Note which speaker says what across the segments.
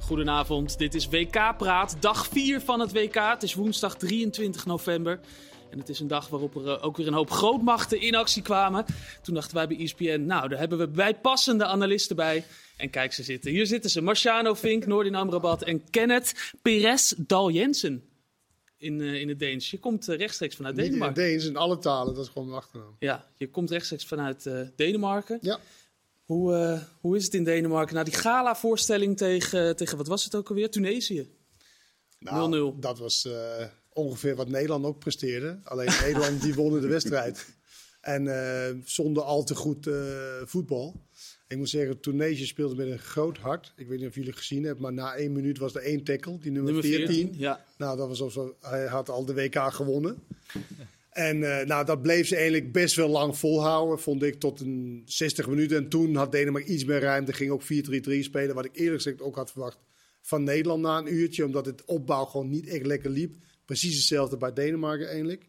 Speaker 1: goedenavond. Dit is WK Praat, dag 4 van het WK. Het is woensdag 23 november. En het is een dag waarop er eh, ook weer een hoop grootmachten in actie kwamen. Toen dachten wij bij ESPN, nou, daar hebben we bijpassende analisten bij. En kijk, ze zitten. Hier zitten ze. Marciano Fink, Noordin Amrabat en Kenneth Perez Dal Jensen. In, eh, in het Deens. Je komt eh, rechtstreeks vanuit
Speaker 2: Niet in het
Speaker 1: Denemarken.
Speaker 2: Deens, in alle talen, dat is gewoon een achternaam.
Speaker 1: Ja, je komt rechtstreeks vanuit eh, Denemarken.
Speaker 2: Ja,
Speaker 1: Hoe, eh, hoe is het in Denemarken na die gala-voorstelling tegen, tegen, wat was het ook alweer? Tunesië. 0-0.
Speaker 2: Nou, dat was eh, ongeveer wat Nederland ook presteerde. Alleen Nederland die wonnen de wedstrijd. En eh, zonder al te goed eh, voetbal. Ik moet zeggen, Tunesië speelde met een groot hart. Ik weet niet of jullie het gezien hebben, maar na één minuut was er één tackle, die nummer, 14.
Speaker 1: Ja.
Speaker 2: Nou, dat was alsof hij had al de WK gewonnen. En eh, nou, dat bleef ze eigenlijk best wel lang volhouden, vond ik, tot een 60 minuten. En toen had Denemarken iets meer ruimte, ging ook 4-3-3 spelen. Wat ik eerlijk gezegd ook had verwacht van Nederland na een uurtje. Omdat het opbouw gewoon niet echt lekker liep. Precies hetzelfde bij Denemarken eigenlijk.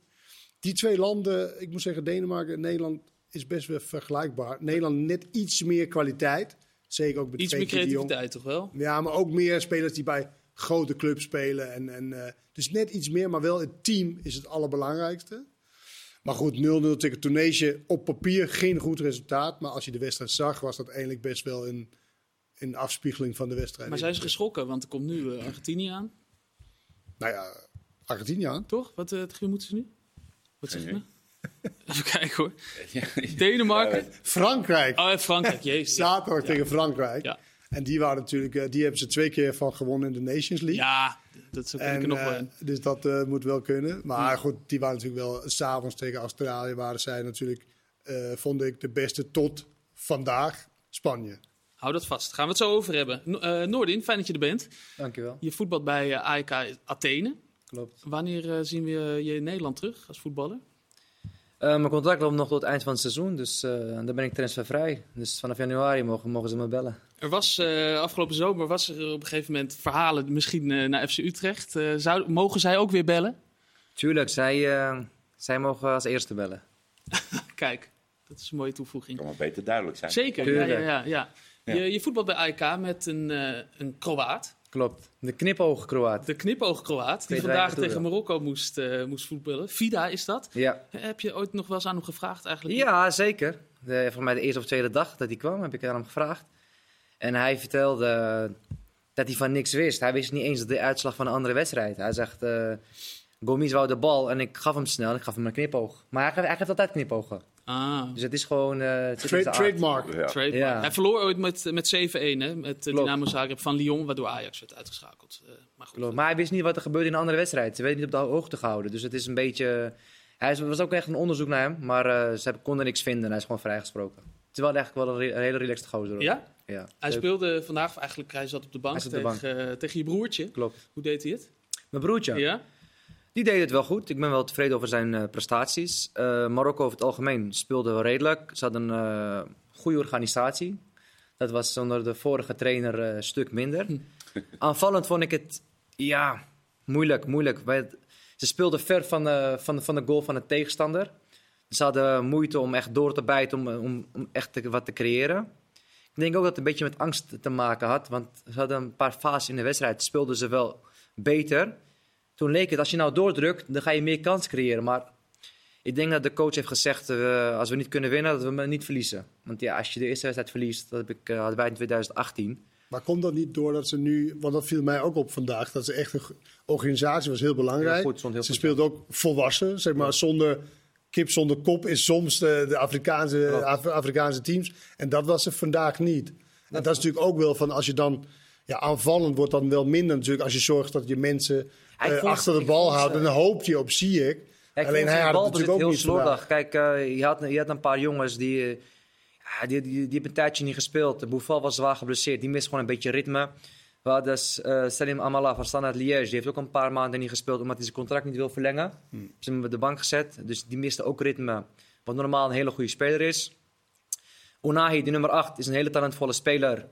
Speaker 2: Die twee landen, ik moet zeggen, Denemarken en Nederland is best wel vergelijkbaar. Nederland net iets meer kwaliteit. Zeker ook met
Speaker 1: Iets meer
Speaker 2: Frenkie de Jong.
Speaker 1: creativiteit toch wel?
Speaker 2: Ja, maar ook meer spelers die bij grote clubs spelen. En, en, eh, dus net iets meer, maar wel het team is het allerbelangrijkste. Maar goed, 0-0 tegen Tunesië. Op papier geen goed resultaat. Maar als je de wedstrijd zag, was dat eigenlijk best wel een, een afspiegeling van de wedstrijd.
Speaker 1: Maar zijn ze geschrokken? Want er komt nu eh, Argentinië aan,
Speaker 2: Nou ja, Argentinië aan.
Speaker 1: toch? Wat eh, tegen moeten ze nu? Wat zeg ik
Speaker 3: Geen
Speaker 1: nou? Even kijken hoor. Denemarken.
Speaker 2: Frankrijk.
Speaker 1: Oh, en Frankrijk, jezus. Ja.
Speaker 2: Zaterdag tegen Frankrijk.
Speaker 1: Ja.
Speaker 2: En die, waren natuurlijk, eh, die hebben ze twee keer van gewonnen in de Nations League.
Speaker 1: dat zou ik
Speaker 2: En,
Speaker 1: er nog wel
Speaker 2: eh,
Speaker 1: in.
Speaker 2: dus dat eh, moet wel kunnen. Maar goed, die waren natuurlijk wel... eh, S'avonds tegen Australië waren zij natuurlijk... eh, vond ik de beste tot vandaag Spanje.
Speaker 1: Hou dat vast. Gaan we het zo over hebben. No- eh, Noordin, fijn dat je er bent.
Speaker 4: Dankjewel,
Speaker 1: Je voetbalt bij eh, AEK Athene.
Speaker 4: klopt.
Speaker 1: Wanneer eh, zien we je in Nederland terug als voetballer?
Speaker 4: Eh, mijn contract loopt nog tot het eind van het seizoen, dus eh, dan ben ik transfervrij. Dus vanaf januari mogen, mogen ze me bellen.
Speaker 1: Er was eh, afgelopen zomer was er op een gegeven moment verhalen misschien eh, naar FC Utrecht. Eh, zou, mogen zij ook weer bellen?
Speaker 4: Tuurlijk, zij, eh, zij mogen als eerste bellen.
Speaker 1: Kijk, dat is een mooie toevoeging.
Speaker 3: Kan maar beter duidelijk zijn.
Speaker 1: Zeker, ja,
Speaker 4: Tuurlijk.
Speaker 1: ja, ja, ja.
Speaker 3: Ja.
Speaker 1: Je, je voetbalt bij AEK met een, eh, een Kroaat,
Speaker 4: Klopt. De knipoog Kroaat.
Speaker 1: de knipoog-Kroaat, die
Speaker 4: Twee
Speaker 1: vandaag
Speaker 4: dagen toe
Speaker 1: tegen
Speaker 4: wel.
Speaker 1: Marokko moest, eh, moest voetballen. Vida is dat.
Speaker 4: Ja,
Speaker 1: Heb je ooit nog wel eens aan hem gevraagd eigenlijk?
Speaker 4: ja zeker. De, volgens mij de eerste of tweede dag dat hij kwam, heb ik aan hem gevraagd. En hij vertelde eh, dat hij van niks wist. Hij wist niet eens de uitslag van een andere wedstrijd. Hij zegt, eh Gomis wou de bal en ik gaf hem snel en ik gaf hem een knipoog. Maar hij, geeft- hij geeft altijd knipogen.
Speaker 1: Ah,
Speaker 4: Dus het is gewoon... eh, het zit in
Speaker 2: Tra-
Speaker 4: zijn aard.
Speaker 2: trademark.
Speaker 3: Ja.
Speaker 1: trademark.
Speaker 4: Ja.
Speaker 1: Hij verloor ooit met, met 7-1 hè, met eh,
Speaker 4: Klopt.
Speaker 1: Dynamo Zagreb van Lyon, waardoor Ajax werd uitgeschakeld. Eh, maar goed,
Speaker 4: Klopt. Maar hij wist niet wat er gebeurde in een andere wedstrijd. Ze werden niet op de hoogte gehouden. Dus het is een beetje. Hij is, was ook echt een onderzoek naar hem. Maar eh, ze konden niks vinden. En hij is gewoon vrijgesproken. Terwijl hij eigenlijk wel een, re- een hele relaxed gozer was.
Speaker 1: Ja?
Speaker 4: ja.
Speaker 1: Hij
Speaker 4: Leuk.
Speaker 1: speelde vandaag, eigenlijk hij zat op de bank,
Speaker 4: Hij zat op de
Speaker 1: tegen, eh, tegen je broertje.
Speaker 4: Klopt.
Speaker 1: Hoe deed hij het?
Speaker 4: Mijn broertje.
Speaker 1: Ja?
Speaker 4: Die deed het wel goed. Ik ben wel tevreden over zijn eh, prestaties. Eh, Marokko over het algemeen speelde wel redelijk. Ze hadden een eh, goede organisatie. Dat was onder de vorige trainer eh, een stuk minder. Aanvallend vond ik het, ja, moeilijk, moeilijk. Wij- ze speelden ver van de, van, de, van de goal van de tegenstander. Ze hadden moeite om echt door te bijten, om, om, om echt te- wat te creëren. Ik denk ook dat het een beetje met angst te maken had. Want ze hadden een paar fases in de wedstrijd. Speelden ze wel beter. Toen leek het, als je nou doordrukt, dan ga je meer kans creëren. Maar ik denk dat de coach heeft gezegd, eh, als we niet kunnen winnen, dat we maar niet verliezen. Want ja, als je de eerste wedstrijd verliest, dat heb ik, eh, hadden wij in 2018.
Speaker 2: Maar komt dat niet door dat ze nu... Want dat viel mij ook op vandaag. Dat ze echt een g- organisatie was heel belangrijk.
Speaker 4: Heel goed, stond heel
Speaker 2: ze
Speaker 4: goed.
Speaker 2: speelden ook volwassen. Zeg maar zonder... Kip zonder kop is soms de, de Afrikaanse,
Speaker 4: Klopt.
Speaker 2: Af- Afrikaanse teams. En dat was ze vandaag niet. en dat is natuurlijk ook wel van als je dan... Ja, aanvallend wordt dan wel minder natuurlijk. Als je zorgt dat je mensen
Speaker 4: Hij
Speaker 2: eh,
Speaker 4: vond-
Speaker 2: achter de
Speaker 4: ik
Speaker 2: bal
Speaker 4: vond ze-
Speaker 2: houdt. En dan hoop je op Ziyech.
Speaker 4: Kijk,
Speaker 2: Alleen hij had het natuurlijk ook
Speaker 4: heel
Speaker 2: niet
Speaker 4: slordig.
Speaker 2: vandaag.
Speaker 4: Kijk, eh, je, had, je had een paar jongens die, eh, ja, die, die, die hebben een tijdje niet gespeeld. De Boufal was zwaar geblesseerd, die mist gewoon een beetje ritme. We hadden eh, Salim Amala van Standard Liège. Die heeft ook een paar maanden niet gespeeld omdat hij zijn contract niet wil verlengen.
Speaker 2: Hmm.
Speaker 4: Ze hebben hem op de bank gezet, dus die miste ook ritme. Wat normaal een hele goede speler is. Onahi, de nummer 8, is een hele talentvolle speler.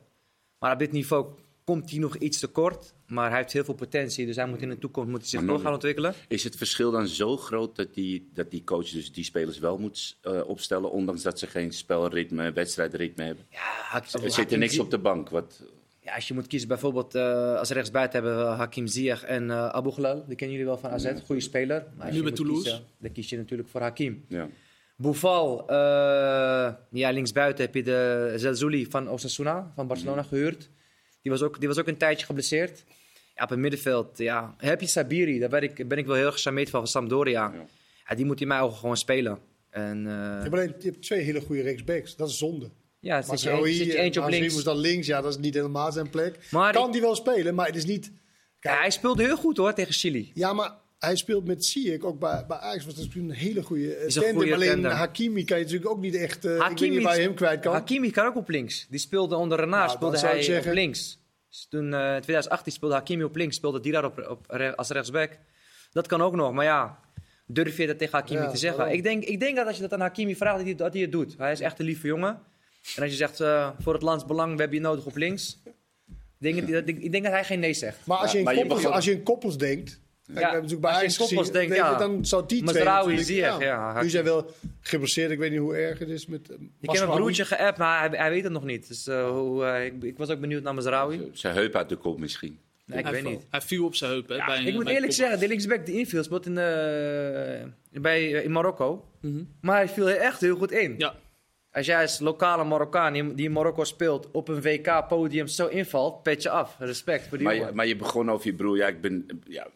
Speaker 4: Maar op dit niveau komt hij nog iets tekort. Maar hij heeft heel veel potentie, dus hij moet in de toekomst moet hij zich
Speaker 3: Maar
Speaker 4: nog
Speaker 3: nog-
Speaker 4: gaan ontwikkelen.
Speaker 3: Is het verschil dan zo groot dat die, dat die coach dus die spelers wel moet eh, opstellen, ondanks dat ze geen spelritme, wedstrijdritme hebben?
Speaker 4: Ja,
Speaker 3: Er zit er niks op de bank. Wat,
Speaker 4: Ja, als je moet kiezen, bijvoorbeeld eh, als rechtsbuiten hebben we Hakim Ziyech en eh, Abu Ghlal. Die kennen jullie wel van AZ, goede speler.
Speaker 1: Nu
Speaker 4: Maar als je
Speaker 1: bij
Speaker 4: moet
Speaker 1: Toulouse.
Speaker 4: kiezen, dan kies je natuurlijk voor Hakim.
Speaker 3: Ja.
Speaker 4: Boufal, eh ja, linksbuiten heb je de Zelzouli van Osasuna, van Barcelona gehuurd. Die was ook, die was ook een tijdje geblesseerd. Ja, op het middenveld, ja. Heb je Sabiri, daar ben ik, ben ik wel heel gecharmeerd van, van Sampdoria. Ja.
Speaker 3: Ja.
Speaker 4: die moet in mijn ogen gewoon spelen. En, eh,
Speaker 2: Je hebt, alleen, je hebt twee hele goede rechtsbacks. Dat is zonde.
Speaker 4: ja, er
Speaker 2: Maar
Speaker 4: zit, je,
Speaker 2: zo
Speaker 4: er zit je eentje op
Speaker 2: moest
Speaker 4: links.
Speaker 2: dan links. Ja, dat is niet helemaal zijn plek.
Speaker 4: Maar
Speaker 2: kan
Speaker 4: ik-
Speaker 2: die wel spelen, maar het is niet...
Speaker 4: Ja, hij speelde heel goed hoor, tegen Chili.
Speaker 2: Ja, maar hij speelt met Ziyech. Ook bij, bij Ajax was dat natuurlijk een hele goede eh,
Speaker 4: Is een
Speaker 2: tandem.
Speaker 4: goede
Speaker 2: alleen
Speaker 4: tandem.
Speaker 2: Hakimi kan je natuurlijk ook niet echt... eh, ik weet
Speaker 4: Hakimi
Speaker 2: niet waar je hem kwijt kan.
Speaker 4: Hakimi kan ook op links. Die speelde onder Renard,
Speaker 2: Nou, dan
Speaker 4: speelde
Speaker 2: zou
Speaker 4: hij
Speaker 2: ik zeggen-
Speaker 4: op links. Dus toen, eh, in 2018 speelde Hakimi op links, speelde Dirar op, op, re- als rechtsback. Dat kan ook nog, maar ja, durf je dat tegen Hakimi
Speaker 2: Ja,
Speaker 4: te zeggen?
Speaker 2: daarom.
Speaker 4: Ik denk, ik denk dat als je dat aan Hakimi vraagt, dat hij, dat hij het doet. Hij is echt een lieve jongen. En als je zegt, eh, voor het landsbelang, we hebben je nodig op links. Ik denk, dat- dat, ik, ik denk dat hij geen nee zegt.
Speaker 2: Maar als je in,
Speaker 3: Maar je
Speaker 2: koppels,
Speaker 3: mag ook-
Speaker 2: als je in koppels denkt... Ja, we hebben natuurlijk bij
Speaker 4: als je
Speaker 2: Ajax
Speaker 4: in koppels
Speaker 2: gezien,
Speaker 4: denkt,
Speaker 2: weet je,
Speaker 4: ja.
Speaker 2: Dan zou die twee...
Speaker 4: Mazraoui,
Speaker 2: natuurlijk-
Speaker 4: Ziyech, ja, Hakimi.
Speaker 2: Nu zijn wel geblesseerd. Ik weet niet hoe erg het is met... eh,
Speaker 4: Ik heb mijn
Speaker 2: Mazraoui.
Speaker 4: broertje geappt, maar hij, hij weet het nog niet. Dus eh, hoe, eh, ik, ik was ook benieuwd naar Mazraoui.
Speaker 3: Zijn heup uit de kop misschien.
Speaker 4: Nee, ik
Speaker 1: hij,
Speaker 4: weet
Speaker 1: viel-
Speaker 4: niet.
Speaker 1: hij viel op zijn heup. Hè, bij een-
Speaker 4: ik moet
Speaker 1: bij een
Speaker 4: eerlijk
Speaker 1: kop.
Speaker 4: zeggen, de linksback die inviel speelt in, eh, bij, in Marokko.
Speaker 1: Mhm.
Speaker 4: Maar hij viel echt heel goed in.
Speaker 1: Ja.
Speaker 4: Als jij als lokale Marokkaan die die in Marokko speelt op een WK-podium zo invalt, pet je af. Respect voor die
Speaker 3: Maar je,
Speaker 4: jongen.
Speaker 3: maar je begon over je broer. Ja, ik ben ja,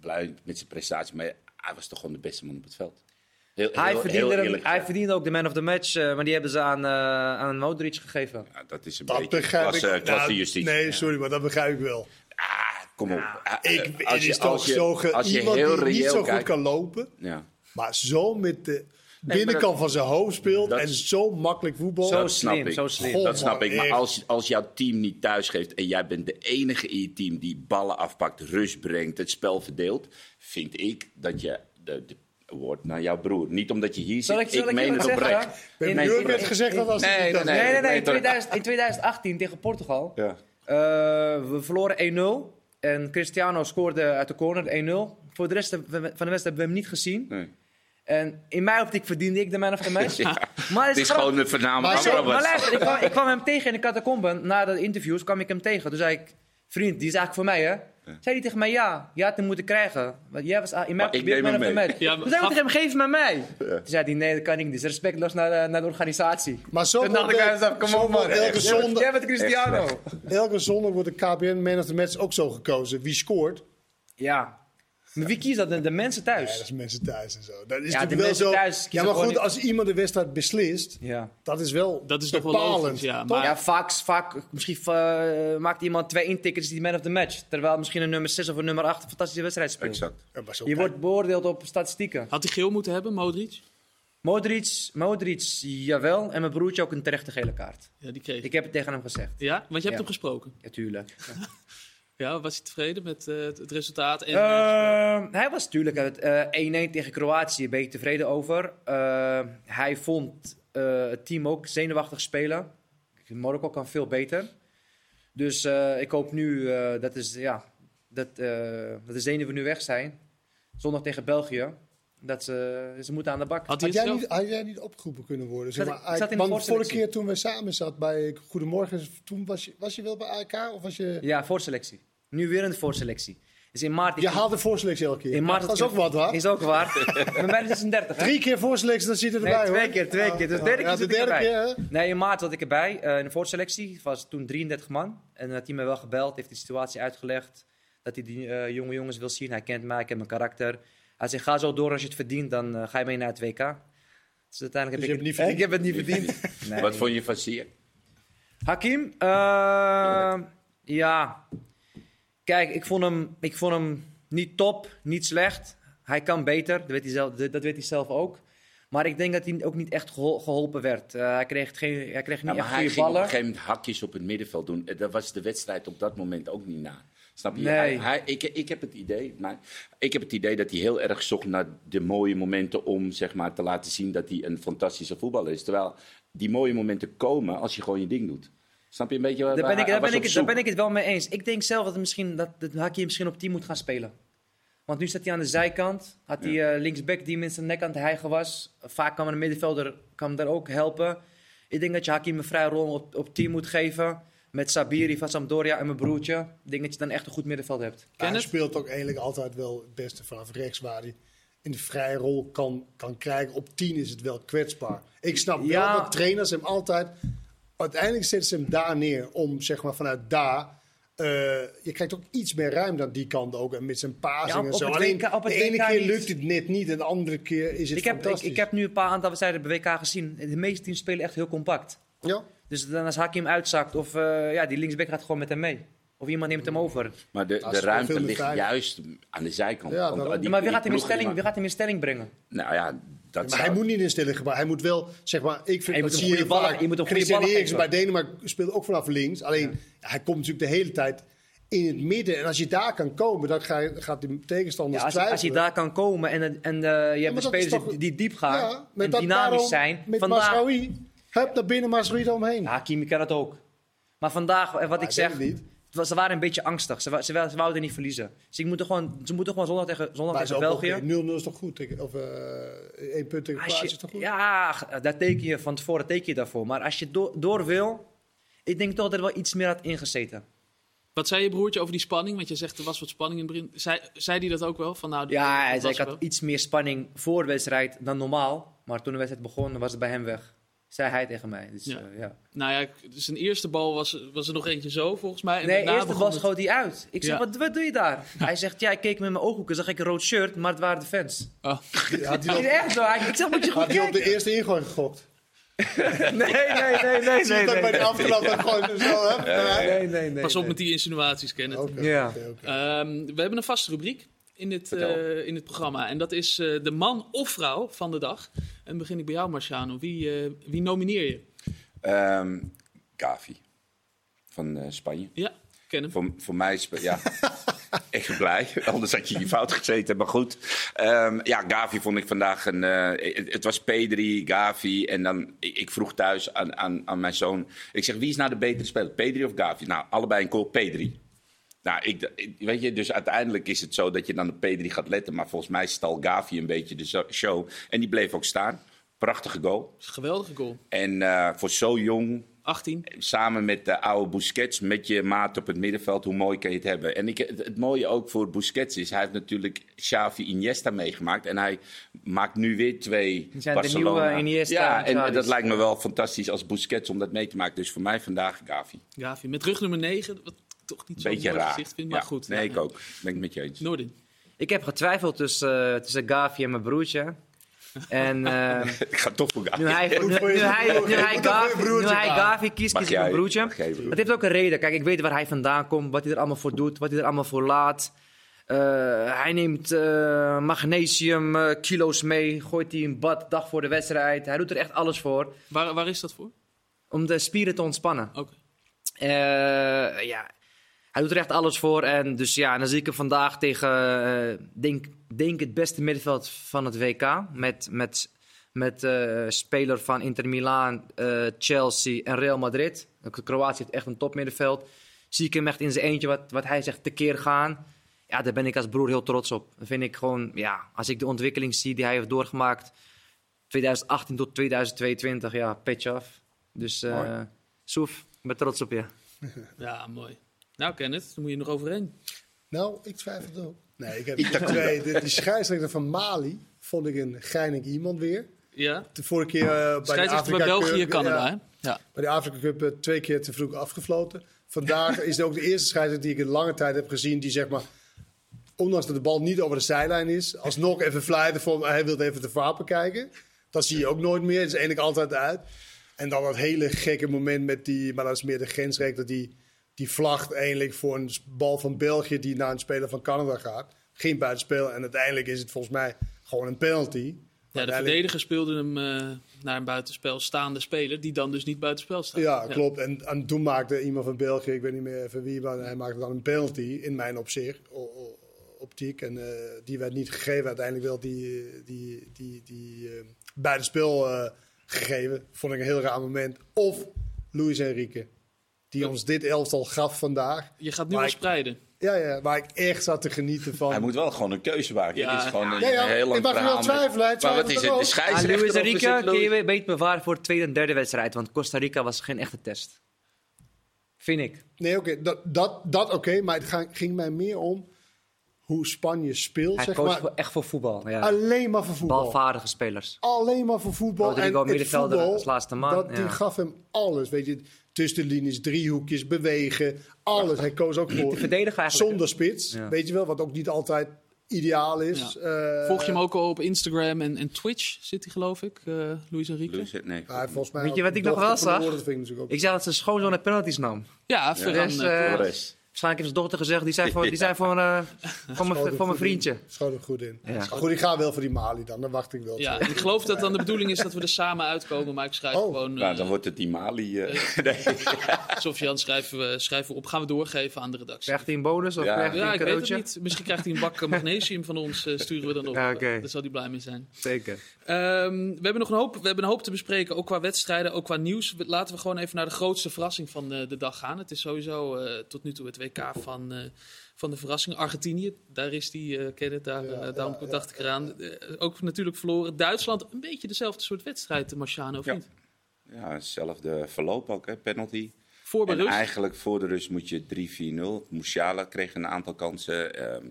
Speaker 3: blij met zijn prestatie. Maar hij was toch gewoon de beste man op het veld. Heel,
Speaker 4: hij,
Speaker 3: heel-
Speaker 4: verdiende
Speaker 3: heel
Speaker 4: hem-
Speaker 3: eerlijk
Speaker 4: hij
Speaker 3: gezegd.
Speaker 4: verdiende ook de man of the match, eh, maar die hebben ze aan, eh aan Modric gegeven.
Speaker 3: Ja, dat is een
Speaker 2: Dat
Speaker 3: beetje
Speaker 2: begrijp
Speaker 3: klasse,
Speaker 2: ik.
Speaker 3: klasse
Speaker 2: Nou,
Speaker 3: justitie.
Speaker 2: Nee, sorry, maar dat begrijp ik wel.
Speaker 3: Ah, kom op. Ah,
Speaker 2: Ik,
Speaker 3: eh,
Speaker 2: het is
Speaker 3: je-
Speaker 2: toch
Speaker 3: je-
Speaker 2: zo ge-
Speaker 3: als je
Speaker 2: iemand
Speaker 3: heel
Speaker 2: die niet
Speaker 3: reëel
Speaker 2: zo goed
Speaker 3: kijkt-
Speaker 2: kan lopen,
Speaker 3: Ja.
Speaker 2: maar zo met de binnenkant van zijn hoofd speelt
Speaker 3: dat
Speaker 2: en
Speaker 3: is-
Speaker 2: zo makkelijk voetbal.
Speaker 4: Zo
Speaker 3: dat snap
Speaker 4: slim,
Speaker 3: ik.
Speaker 4: zo slim.
Speaker 2: Goh,
Speaker 3: dat snap
Speaker 2: man,
Speaker 3: ik. Maar
Speaker 2: echt.
Speaker 3: als, als jouw team niet thuisgeeft en jij bent de enige in je team die ballen afpakt, rust brengt, het spel verdeelt, vind ik dat je de, de woord naar jouw broer. Niet omdat je hier
Speaker 4: Zal
Speaker 3: zit.
Speaker 4: ik, zal ik,
Speaker 3: ik
Speaker 4: je
Speaker 3: meen
Speaker 4: wat
Speaker 3: het
Speaker 4: zeggen?
Speaker 3: oprecht.
Speaker 2: Ben je
Speaker 3: Nee,
Speaker 2: nu ook
Speaker 3: ik-
Speaker 2: net gezegd dat als
Speaker 3: Nee,
Speaker 2: het niet
Speaker 3: nee,
Speaker 2: dat
Speaker 4: Nee, nee,
Speaker 3: ik weet
Speaker 4: nee. In,
Speaker 3: het.
Speaker 4: 2000, in 2018 tegen Portugal.
Speaker 3: Ja.
Speaker 4: Eh, we verloren 1-0. En Cristiano scoorde uit de corner 1-0. Voor de rest hebben we- van de wedstrijd hebben we hem niet gezien.
Speaker 3: Nee.
Speaker 4: En in mijn optiek verdiende ik de man of the match.
Speaker 3: Ja.
Speaker 4: Maar
Speaker 3: Het is
Speaker 4: grappig.
Speaker 3: gewoon een voorname
Speaker 2: Maar zo-
Speaker 3: Amrabat.
Speaker 4: Maar luister, ik kwam, ik kwam hem tegen in de catacombe. Na de interviews kwam ik hem tegen. Toen zei ik, vriend, die is eigenlijk voor mij, hè? Zei hij tegen mij, ja, je had hem moeten krijgen. Want jij was ah, in mijn
Speaker 3: ik
Speaker 4: optiek
Speaker 3: neem
Speaker 4: man of
Speaker 3: hem
Speaker 4: the
Speaker 3: mee.
Speaker 4: match.
Speaker 1: Ja,
Speaker 4: Toen zei ik
Speaker 1: gaf-
Speaker 4: tegen hem, geef hem aan mij. Toen zei hij, nee, dat kan ik niet. Dus respectloos naar de, naar de organisatie.
Speaker 2: Maar zo
Speaker 4: Toen dacht ik
Speaker 2: wordt,
Speaker 4: bij mezelf, kom
Speaker 2: zo
Speaker 4: op man.
Speaker 2: wordt elke
Speaker 4: Jij bent-
Speaker 2: zonde-
Speaker 4: Jij bent Cristiano.
Speaker 2: Elke zondag wordt de KPN Man of the Match ook zo gekozen. Wie scoort?
Speaker 4: Ja. Maar wie kiest dat? De, de mensen
Speaker 2: Ja,
Speaker 4: thuis.
Speaker 2: dat is mensen thuis en zo. Dat is
Speaker 4: Ja, de
Speaker 2: natuurlijk wel
Speaker 4: mensen
Speaker 2: zo.
Speaker 4: thuis kiezen
Speaker 2: ja, maar
Speaker 4: gewoon
Speaker 2: goed,
Speaker 4: niet-
Speaker 2: als iemand de wedstrijd beslist,
Speaker 4: Ja.
Speaker 2: dat is wel
Speaker 1: Dat is toch wel
Speaker 2: bepalend.
Speaker 1: logisch, ja,
Speaker 2: toch?
Speaker 1: maar-
Speaker 4: Ja, vaak, vaak misschien eh, maakt iemand twee intikkers die man of the match. Terwijl misschien een nummer 6 of een nummer 8 een fantastische wedstrijd speelt.
Speaker 3: Exact.
Speaker 2: Ja, maar zo
Speaker 4: Je
Speaker 2: kijk-
Speaker 4: wordt beoordeeld op statistieken.
Speaker 1: Had hij geel moeten hebben, Modric?
Speaker 4: Modric, Modric, jawel. En mijn broertje ook een terechte gele kaart.
Speaker 1: Ja, die kreeg
Speaker 4: Ik heb het tegen hem gezegd.
Speaker 1: Ja, want je hebt
Speaker 4: Ja.
Speaker 1: hem gesproken.
Speaker 4: Ja, tuurlijk.
Speaker 1: Ja, was hij tevreden met eh, het het resultaat? En, eh,
Speaker 4: Ehm, hij was natuurlijk het eh, 1-1 tegen Kroatië een beetje tevreden over. Ehm, hij vond eh, het team ook zenuwachtig spelen. Marokko kan veel beter. Dus eh, ik hoop nu eh, dat, is, ja, dat, eh, dat de zenuwen nu weg zijn. Zondag tegen België. Dat ze, ze moeten aan de bak.
Speaker 1: had hij
Speaker 2: Had
Speaker 1: het
Speaker 2: jij,
Speaker 1: zelf?
Speaker 2: niet, had jij niet opgeroepen kunnen worden? Zeg
Speaker 4: Zat-
Speaker 2: maar,
Speaker 4: zat in de
Speaker 2: want de vorige
Speaker 4: voorselectie.
Speaker 2: keer toen we samen zaten bij Goedemorgen, toen was je, was je wel bij AK of was je...
Speaker 4: Ja, voorselectie. Nu weer een voorselectie. Dus in maart...
Speaker 2: Je haalt de voorselectie elke keer.
Speaker 4: in maart
Speaker 2: dat is ook wat, waar?
Speaker 4: Is ook waar. Mijn man is 36, hè?
Speaker 2: Drie keer voorselectie, dan zit het erbij,
Speaker 4: nee, twee
Speaker 2: hoor.
Speaker 4: keer, twee keer. Dus
Speaker 2: Ja,
Speaker 4: derde keer
Speaker 2: ja, de
Speaker 4: zit ik
Speaker 2: derde
Speaker 4: erbij.
Speaker 2: keer, hè?
Speaker 4: Nee, in maart zat ik erbij. eh, in de voorselectie Het was toen 33 man. En dan had hij me wel gebeld, heeft de situatie uitgelegd. Dat hij die eh, jonge jongens wil zien. Hij kent mij, ik ken mijn karakter. Hij zei, ga zo door als je het verdient, dan eh, ga je mee naar het WK. Dus uiteindelijk
Speaker 2: Dus
Speaker 4: heb
Speaker 2: je
Speaker 4: ik,
Speaker 2: hebt het niet
Speaker 4: ik heb het niet verdiend. Nee.
Speaker 3: Wat vond je van Sier?
Speaker 4: Hakim, eh, ja. Kijk, ik vond, hem, ik vond hem niet top, niet slecht. Hij kan beter, dat weet hij zelf, dat weet hij zelf ook. Maar ik denk dat hij ook niet echt gehol- geholpen werd. Eh, hij, kreeg het geen, hij kreeg
Speaker 3: Ja,
Speaker 4: niet
Speaker 3: maar hij
Speaker 4: echt goede
Speaker 3: ging op een
Speaker 4: ballen.
Speaker 3: gegeven moment hakjes op het middenveld doen. Eh, Daar was de wedstrijd op dat moment ook niet na. Snap je?
Speaker 4: Nee.
Speaker 3: Hij, hij- ik, ik, heb het idee, maar, ik heb het idee dat hij heel erg zocht naar de mooie momenten om zeg maar, te laten zien dat hij een fantastische voetballer is. Terwijl die mooie momenten komen als je gewoon je ding doet. Snap je een beetje waar
Speaker 4: Daar
Speaker 3: waar
Speaker 4: ben, ik,
Speaker 3: hij- hij
Speaker 4: daar, ben ik,
Speaker 3: was
Speaker 4: het-
Speaker 3: op
Speaker 4: daar ben
Speaker 3: zoek?
Speaker 4: ik het wel mee eens. Ik denk zelf dat, het misschien, dat, dat Hakim misschien op 10 moet gaan spelen. Want nu staat hij aan de zijkant. Had hij eh, linksback die minstens nek aan het hijgen was. Vaak kan een middenvelder kan hem daar ook helpen. Ik denk dat je Hakim een vrije rol op, op 10 moet geven. Met Sabiri van Sampdoria en mijn broertje. Ik denk dat je dan echt een goed middenveld hebt.
Speaker 2: Maar hij
Speaker 1: Kenneth?
Speaker 2: speelt ook eigenlijk altijd wel het beste vanaf rechts, waar hij in de vrije rol kan, kan krijgen. Op 10 is het wel kwetsbaar. Ik snap
Speaker 4: Ja.
Speaker 2: wel dat trainers hem altijd. Uiteindelijk zetten ze hem daar neer om zeg maar vanuit daar. eh, je krijgt ook iets meer ruimte aan die kant ook. En met zijn pasing
Speaker 4: Ja, op-
Speaker 2: en
Speaker 4: op
Speaker 2: zo.
Speaker 4: het
Speaker 2: Alleen
Speaker 4: WK op het
Speaker 2: de ene
Speaker 4: WK
Speaker 2: keer
Speaker 4: niet.
Speaker 2: lukt het net niet en de andere keer is het
Speaker 4: Ik heb, ik,
Speaker 2: fantastisch.
Speaker 4: ik heb nu een paar aantal wedstrijden bij WK gezien. De meeste teams spelen echt heel compact.
Speaker 2: ja.
Speaker 4: Dus dan als Hakim uitzakt of eh, ja, die linksback gaat gewoon met hem mee. Of iemand neemt hem over.
Speaker 3: Maar de, de
Speaker 2: speelt veel
Speaker 3: ruimte
Speaker 2: met
Speaker 3: ligt
Speaker 2: vijf.
Speaker 3: juist aan de zijkant.
Speaker 2: Ja, daarom.
Speaker 3: Want die-
Speaker 4: Ja, maar wie
Speaker 3: die
Speaker 4: gaat, hem in
Speaker 3: ploegen die
Speaker 4: stelling, wie
Speaker 3: maken-
Speaker 4: gaat hem in stelling brengen?
Speaker 3: Nou ja, dat
Speaker 2: Maar
Speaker 3: zou-
Speaker 2: hij moet niet in stelling gebruiken. Hij moet wel, zeg maar, ik vind
Speaker 4: Hij
Speaker 2: dat
Speaker 4: moet een
Speaker 2: zie
Speaker 4: goede
Speaker 2: heel
Speaker 4: ballen-
Speaker 2: vaak.
Speaker 4: je moet een goede
Speaker 2: Christian
Speaker 4: ballen
Speaker 2: Eriksen bij
Speaker 4: geven.
Speaker 2: Denemarken speelt ook vanaf links. Alleen, hij komt natuurlijk de hele tijd in het midden. En als je daar kan komen, dan ga je, gaat de tegenstander
Speaker 4: Ja, als,
Speaker 2: twijfelen.
Speaker 4: als je daar kan komen en, en eh, je hebt
Speaker 2: maar
Speaker 4: de
Speaker 2: dat is
Speaker 4: spelers
Speaker 2: toch-
Speaker 4: die, die diep gaan
Speaker 2: Ja,
Speaker 4: en
Speaker 2: dat-
Speaker 4: dynamisch
Speaker 2: daarom
Speaker 4: zijn.
Speaker 2: Met
Speaker 4: Vandaag,
Speaker 2: Masraoui. Hup, naar binnen Masraoui eromheen.
Speaker 4: ja, Hakimi kan dat ook. Maar vandaag, eh, wat ik
Speaker 2: ik
Speaker 4: zeg,
Speaker 2: weet het niet.
Speaker 4: het was- ze waren een beetje angstig. Ze, wa- ze, wa- ze wouden niet verliezen. Dus ik moet er gewoon, ze moeten gewoon zondag tegen, zondag
Speaker 2: maar is
Speaker 4: tegen
Speaker 2: ook
Speaker 4: België.
Speaker 2: oké. 0-0 is toch goed? tegen- Of eh 1 punt tegen
Speaker 4: Als
Speaker 2: Kroatië
Speaker 4: je-
Speaker 2: is toch goed?
Speaker 4: ja, g- eh, daar teken je van tevoren teken je daarvoor. Maar als je do- door wil, ik denk toch dat er wel iets meer had ingezeten.
Speaker 1: Wat zei je broertje over die spanning? Want je zegt er was wat spanning in het begin. Zei, zei die dat ook wel? Van, nou, dit-
Speaker 4: Ja,
Speaker 1: dit
Speaker 4: hij zei,
Speaker 1: was
Speaker 4: ik had
Speaker 1: wel.
Speaker 4: iets meer spanning voor de wedstrijd dan normaal. Maar toen de wedstrijd begon, was het bij hem weg. Zei hij tegen mij. Dus,
Speaker 1: Ja.
Speaker 4: ja. ja.
Speaker 1: Nou ja, ik- zijn eerste bal was, was er nog eentje zo, volgens mij. En
Speaker 4: Nee,
Speaker 1: daarna
Speaker 4: eerst de
Speaker 1: begon
Speaker 4: bal
Speaker 1: het-
Speaker 4: schoot hij uit. Ik zeg,
Speaker 1: Ja.
Speaker 4: wat, wat doe je daar? Hij zegt, ja, ik keek met mijn ooghoeken, zag ik een rood shirt, maar het waren de fans.
Speaker 1: Oh.
Speaker 2: Had hij
Speaker 4: Is
Speaker 2: op-
Speaker 4: echt zo? Hij- Ik zeg, moet je goed
Speaker 2: had hij op de
Speaker 4: kijken.
Speaker 2: eerste ingooi gegokt?
Speaker 4: Nee, nee, nee, nee,
Speaker 2: Zie je
Speaker 4: nee,
Speaker 2: dat bij de
Speaker 4: nee.
Speaker 2: afgelopen gewoon zo, hè?
Speaker 4: Nee, nee, nee,
Speaker 1: Pas op
Speaker 4: nee.
Speaker 1: met die insinuaties, Kenneth.
Speaker 2: Oké,
Speaker 4: Ja.
Speaker 2: oké, oké.
Speaker 1: Ehm, we hebben een vaste rubriek in dit,
Speaker 3: Vertel.
Speaker 1: eh, in dit programma. En dat is eh, de man of vrouw van de dag. En dan begin ik bij jou, Marciano. Wie, eh, wie nomineer je?
Speaker 3: Ehm, Gavi van eh, Spanje.
Speaker 1: Ja, ken hem.
Speaker 3: Voor, voor mij is ja, echt blij. Anders had je hier fout gezeten. Maar goed. Ehm, ja, Gavi vond ik vandaag een. eh, het, het was P3, Gavi. En dan. Ik, ik vroeg thuis aan, aan, aan mijn zoon. Ik zeg: wie is nou de betere speler? P3 of Gavi? Nou, allebei een goal. P3. Nou, ik, d- ik- weet je, dus uiteindelijk is het zo dat je dan op P3 gaat letten. Maar volgens mij stal Gavi een beetje de zo- show. En die bleef ook staan. Prachtige goal.
Speaker 1: Geweldige goal.
Speaker 3: En eh, voor zo jong,
Speaker 1: 18.
Speaker 3: samen met de oude Busquets, met je maat op het middenveld, hoe mooi kan je het hebben? En ik, het, het mooie ook voor Busquets is, hij heeft natuurlijk Xavi Iniesta meegemaakt. En hij maakt nu weer twee
Speaker 4: zijn de
Speaker 3: Barcelona.
Speaker 4: nieuwe Iniesta
Speaker 3: ja,
Speaker 4: en
Speaker 3: en,
Speaker 4: Xavi's.
Speaker 3: dat lijkt me wel fantastisch als Busquets om dat mee te maken. Dus voor mij vandaag Gavi.
Speaker 1: Gavi. Met rug nummer 9. Wat ik toch niet zo'n
Speaker 3: Beetje
Speaker 1: mooi
Speaker 3: raar.
Speaker 1: gezicht vind, maar
Speaker 3: Ja,
Speaker 1: goed.
Speaker 3: Nee,
Speaker 1: Ja,
Speaker 3: ik
Speaker 1: ja.
Speaker 3: ook. Ben ik met je eens.
Speaker 1: Noordin.
Speaker 4: Ik heb getwijfeld tussen, eh, tussen Gavi en mijn broertje. En eh,
Speaker 3: ik ga toch voor Gavi.
Speaker 4: nu hij, nu,
Speaker 2: Goed voor je
Speaker 4: nu hij,
Speaker 2: broer.
Speaker 4: nu hij
Speaker 2: Goed voor je
Speaker 4: Gavi, nu
Speaker 2: broertje,
Speaker 4: hij
Speaker 2: pa.
Speaker 4: Gavi kiest,
Speaker 3: Mag
Speaker 4: kies ik mijn
Speaker 3: jij?
Speaker 4: broertje.
Speaker 3: Mag jij, broer?
Speaker 4: Het heeft ook een reden. Kijk, ik weet waar hij vandaan komt, wat hij er allemaal voor doet, wat hij er allemaal voor laat. Eh, hij neemt eh, magnesium, eh, kilo's mee, gooit die in bad dag voor de wedstrijd. Hij doet er echt alles voor
Speaker 1: Waar, waar is dat voor?
Speaker 4: om de spieren te ontspannen.
Speaker 1: Oké.
Speaker 4: Eh, ja, hij doet er echt alles voor. En dus ja, en dan zie ik hem vandaag tegen, eh, denk, denk het beste middenveld van het WK. Met, met, met eh, speler van Inter Milaan, eh, Chelsea en Real Madrid. Ook Kroatië heeft echt een topmiddenveld. Zie ik hem echt in zijn eentje, wat, wat hij zegt, tekeer gaan. Ja, daar ben ik als broer heel trots op. Dat vind ik gewoon, ja, als ik de ontwikkeling zie die hij heeft doorgemaakt. 2018 tot 2022, ja, pitch af. Dus, eh,
Speaker 3: Mooi.
Speaker 4: Soef, ik ben trots op je.
Speaker 1: Ja, mooi. Nou, Kenneth, dan moet je nog overheen.
Speaker 2: Nou, ik twijfel het ook. Nee, ik heb twee. De, die scheidsrechter van Mali vond ik een geinig iemand weer.
Speaker 1: Ja.
Speaker 2: De vorige keer eh, bij de
Speaker 1: Scheidsrechter
Speaker 2: Afrika
Speaker 1: bij België,
Speaker 2: Cup,
Speaker 1: Canada.
Speaker 2: ja,
Speaker 1: hè? Ja.
Speaker 2: bij de Afrika Cup eh, twee keer te vroeg afgefloten. Vandaag is het ook de eerste scheidsrechter die ik in lange tijd heb gezien die zeg maar, ondanks dat de bal niet over de zijlijn is, alsnog even fluiten voor hij wil even de vaar bekijken. Dat zie je ook nooit meer. Dat is eigenlijk altijd uit. En dan dat hele gekke moment met die, maar dat is meer de grensrechter die die vlagt eigenlijk voor een bal van België die naar een speler van Canada gaat. Geen buitenspel en uiteindelijk is het volgens mij gewoon een penalty.
Speaker 1: Ja, de
Speaker 2: Uiteindelijk-
Speaker 1: verdediger speelde hem eh, naar een buitenspel staande speler, die dan dus niet buitenspel staat.
Speaker 2: Ja, klopt. En, en toen maakte iemand van België, ik weet niet meer even wie, maar hij maakte dan een penalty in mijn opzicht, o- o- optiek. En eh, die werd niet gegeven. Uiteindelijk wel die, eh, die, die, die eh, buitenspel eh, gegeven. Vond ik een heel raar moment. Of Luis Enrique, die ons dit elftal gaf vandaag.
Speaker 1: Je gaat nu
Speaker 2: Maar
Speaker 1: al
Speaker 2: ik-
Speaker 1: spreiden.
Speaker 2: Ja, ja, waar ik echt zat te genieten van.
Speaker 3: Hij moet wel gewoon een keuze maken.
Speaker 1: Ja.
Speaker 3: Dit is gewoon een
Speaker 2: Ja, ja,
Speaker 3: heel lang
Speaker 2: ik mag wel
Speaker 3: verhaal met-
Speaker 2: twijfelen, hij
Speaker 3: Maar wat
Speaker 2: twijfelt
Speaker 3: is
Speaker 2: er
Speaker 3: het?
Speaker 2: ook.
Speaker 3: De
Speaker 4: Ah,
Speaker 3: scheidsrechter
Speaker 4: Luis
Speaker 3: of is
Speaker 4: Enrique
Speaker 3: het
Speaker 4: kun
Speaker 3: Luis?
Speaker 4: je beter bewaren voor de tweede en derde wedstrijd. Want Costa Rica was geen echte test. Vind ik.
Speaker 2: Nee, oké, dat, dat, dat oké, maar het ga- ging mij meer om hoe Spanje speelt,
Speaker 4: Hij
Speaker 2: zeg
Speaker 4: coacht
Speaker 2: maar. Ah,
Speaker 4: voor- echt voor voetbal. Ja.
Speaker 2: Alleen maar voor voetbal.
Speaker 4: Balvaardige spelers.
Speaker 2: alleen maar voor voetbal.
Speaker 4: Rodrigo,
Speaker 2: en het
Speaker 4: middenvelder
Speaker 2: voetbal,
Speaker 4: als laatste man,
Speaker 2: Dat, Die
Speaker 4: ja.
Speaker 2: gaf hem alles. Weet je, tussen de linies, driehoekjes, bewegen, alles. Hij koos ook voor.
Speaker 4: verdedigen eigenlijk.
Speaker 2: Zonder spits,
Speaker 4: Ja.
Speaker 2: weet je wel, wat ook niet altijd ideaal is. Eh,
Speaker 1: Volg je hem ook al op Instagram en, en Twitch zit hij geloof ik, eh Luis Enrique?
Speaker 3: Luis, nee.
Speaker 2: hij heeft volgens mij
Speaker 4: Weet je
Speaker 2: ook
Speaker 4: wat ik
Speaker 2: een
Speaker 4: nog wel
Speaker 2: dochter
Speaker 4: zag?
Speaker 2: verloren, dat vind ik natuurlijk ook.
Speaker 4: Ik zei dat zijn schoonzoon de penalties nam.
Speaker 1: Ja, Ferran.
Speaker 4: Dus,
Speaker 1: eh,
Speaker 4: eh,
Speaker 3: Torres.
Speaker 4: Waarschijnlijk heeft zijn dochter gezegd, die zijn voor, die zijn voor, eh, voor, mijn, voor mijn vriendje.
Speaker 2: Schoot hem goed in.
Speaker 4: Ja.
Speaker 2: Goed, ik ga wel voor die Mali dan. Dan wacht ik wel.
Speaker 1: ja, ik geloof dat dan de bedoeling is dat we er samen uitkomen, maar ik schrijf
Speaker 2: Oh.
Speaker 1: gewoon... eh,
Speaker 3: Nou, dan wordt het die Mali. eh,
Speaker 1: Sofian schrijven we, schrijven we op, eh, gaan we doorgeven aan de redactie.
Speaker 4: Krijgt hij een bonus of
Speaker 3: Ja.
Speaker 4: krijgt hij
Speaker 1: Ja,
Speaker 4: een
Speaker 1: ik weet het
Speaker 4: cadeautje?
Speaker 1: niet. Misschien krijgt hij een bak eh, magnesium van ons, eh, sturen we dan op.
Speaker 4: Ja, oké.
Speaker 1: Daar zal hij blij mee zijn.
Speaker 4: Zeker.
Speaker 1: Ehm, we, hebben nog een hoop, we hebben een hoop te bespreken, ook qua wedstrijden, ook qua nieuws. We- Laten we gewoon even naar de grootste verrassing van eh, de dag gaan. Het is sowieso eh, tot nu toe het WK van, eh, van de verrassing. Argentinië, daar is die, eh Kenneth, daar,
Speaker 2: Ja,
Speaker 1: eh,
Speaker 2: ja,
Speaker 1: daarom
Speaker 2: ja,
Speaker 1: dacht ik eraan. Eh, ook natuurlijk verloren. Duitsland, een beetje dezelfde soort wedstrijd, eh, Marciano, of
Speaker 3: Ja.
Speaker 1: niet?
Speaker 3: ja, hetzelfde verloop ook, hè? penalty.
Speaker 1: Voor bij
Speaker 3: En
Speaker 1: rust.
Speaker 3: eigenlijk voor de rust moet je 3-4-0. Musiala kreeg een aantal kansen. ehm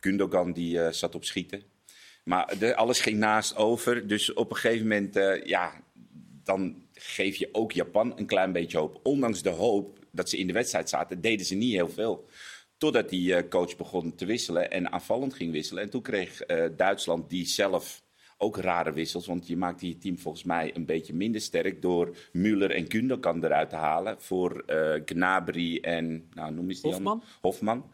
Speaker 3: Gundogan die eh, zat op schieten. Maar de, alles ging naast over. Dus op een gegeven moment, eh, ja, dan geef je ook Japan een klein beetje hoop. Ondanks de hoop dat ze in de wedstrijd zaten, deden ze niet heel veel. Totdat die eh, coach begon te wisselen en aanvallend ging wisselen. En toen kreeg eh, Duitsland die zelf ook rare wissels. Want je maakt je team volgens mij een beetje minder sterk... door Müller en Gundogan eruit te halen voor eh Gnabry en... Nou, noem eens die
Speaker 1: Hofman?
Speaker 3: ander- Hofman.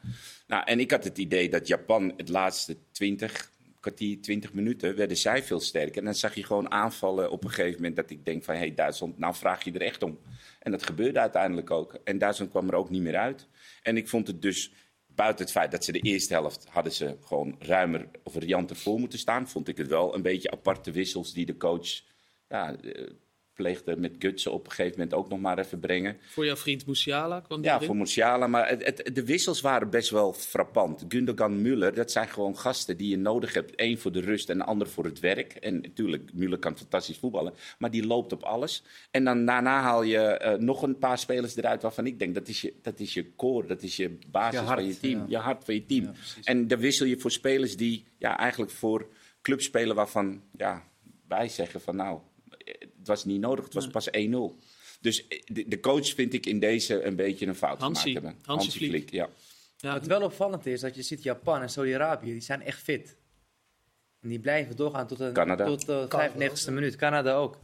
Speaker 3: Nou, en ik had het idee dat Japan het laatste 20 kwartier, 20 minuten... werden zij veel sterker. En dan zag je gewoon aanvallen op een gegeven moment... dat ik denk van, hé hey, Duitsland, nou vraag je er echt om. En dat gebeurde uiteindelijk ook. En Duitsland kwam er ook niet meer uit. En ik vond het dus... Buiten het feit dat ze de eerste helft hadden ze gewoon ruimer of rianter voor moeten staan, vond ik het wel een beetje aparte wissels die de coach ja, eh, pleegde met Gutsen op een gegeven moment ook nog maar even brengen.
Speaker 1: Voor jouw vriend Musiala kwam die
Speaker 3: Ja,
Speaker 1: erin.
Speaker 3: voor Musiala. Maar het, het- de wissels waren best wel frappant. Gundogan, Müller, dat zijn gewoon gasten die je nodig hebt. Eén voor de rust en de ander voor het werk. En natuurlijk, Müller kan fantastisch voetballen. Maar die loopt op alles. En dan daarna haal je eh, nog een paar spelers eruit waarvan ik denk... dat is je, dat is je core, dat is je basis
Speaker 4: Je hart,
Speaker 3: van je team.
Speaker 4: ja.
Speaker 3: Je hart van je team. en dan wissel je voor spelers die ja, eigenlijk voor clubs spelen waarvan ja, wij zeggen van... nou, eh, het was niet nodig, het was pas 1-0. Dus eh, de de coach vind ik in deze een beetje een fout
Speaker 1: Hansi.
Speaker 3: gemaakt hebben.
Speaker 1: Hansi Flick.
Speaker 3: ja.
Speaker 1: Ja,
Speaker 4: Wat Nou, wel opvallend is, dat je ziet Japan en Saudi-Arabië, die zijn echt fit. En die blijven doorgaan tot de,
Speaker 3: Canada.
Speaker 4: tot de 95ste minuut. Canada ook.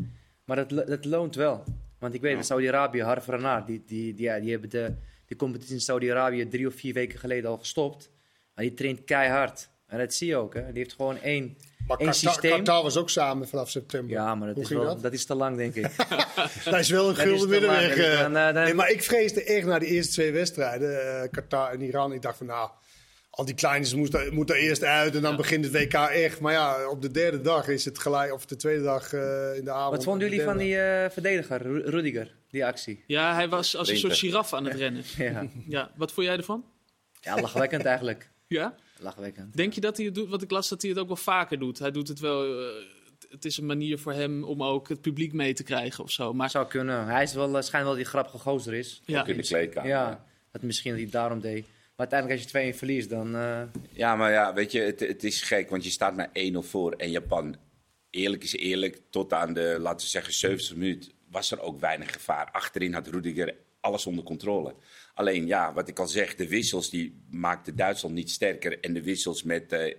Speaker 4: Maar dat, lo- dat loont wel. Want ik weet dat Saudi-Arabië, Harvard die, die, die, ja, die hebben de, de competitie in Saudi-Arabië drie of vier weken geleden al gestopt. Maar die traint keihard. En dat zie je ook. Hè. Die heeft gewoon één,
Speaker 2: Maar
Speaker 4: één
Speaker 2: Qatar,
Speaker 4: systeem.
Speaker 2: Qatar was ook samen vanaf september.
Speaker 4: Ja, maar dat
Speaker 2: Hoe
Speaker 4: is,
Speaker 2: ging
Speaker 4: wel,
Speaker 2: dat?
Speaker 4: dat? is te lang, denk ik.
Speaker 2: Daar is wel een
Speaker 4: Dat is
Speaker 2: gulden
Speaker 4: te lang.
Speaker 2: middenweg.
Speaker 4: Dat is
Speaker 2: eh.
Speaker 4: dan, eh, dan-
Speaker 2: Nee, maar ik vreesde echt na die eerste twee wedstrijden, eh, Qatar en Iran. Ik dacht van nou, al die kleintjes moeten moet er eerst uit en dan begint het WK echt. Maar ja, op de derde dag is het gelijk, of de tweede dag eh, in de avond.
Speaker 4: Wat vonden jullie van die eh, verdediger, Ru- Rudiger, die actie?
Speaker 1: ja, hij was als een soort
Speaker 3: Sprinter.
Speaker 1: giraf aan het rennen.
Speaker 4: Ja,
Speaker 1: Ja, wat vond jij ervan?
Speaker 4: ja lachwekkend eigenlijk.
Speaker 1: Ja?
Speaker 4: Lachwekkend.
Speaker 1: Denk je dat hij het doet? Want ik las dat hij het ook wel vaker doet. Hij doet het wel. eh, t- het is een manier voor hem om ook het publiek mee te krijgen of zo. Maar
Speaker 4: Zou kunnen. Hij is wel, eh, schijnt wel die grappige gozer is.
Speaker 1: ja,
Speaker 3: Ook in de kleedkamer.
Speaker 4: Ja, dat misschien dat hij het daarom deed. Maar uiteindelijk als je 2-1 verliest, dan... eh,
Speaker 3: Ja, maar ja, weet je, het, het is gek, want je staat maar 1-0 voor. En Japan, eerlijk is eerlijk, tot aan de, laten we zeggen, 70 minuut was er ook weinig gevaar. Achterin had Rudiger alles onder controle. Alleen, ja, wat ik al zeg, de wissels die maakten Duitsland niet sterker. En de wissels met eh,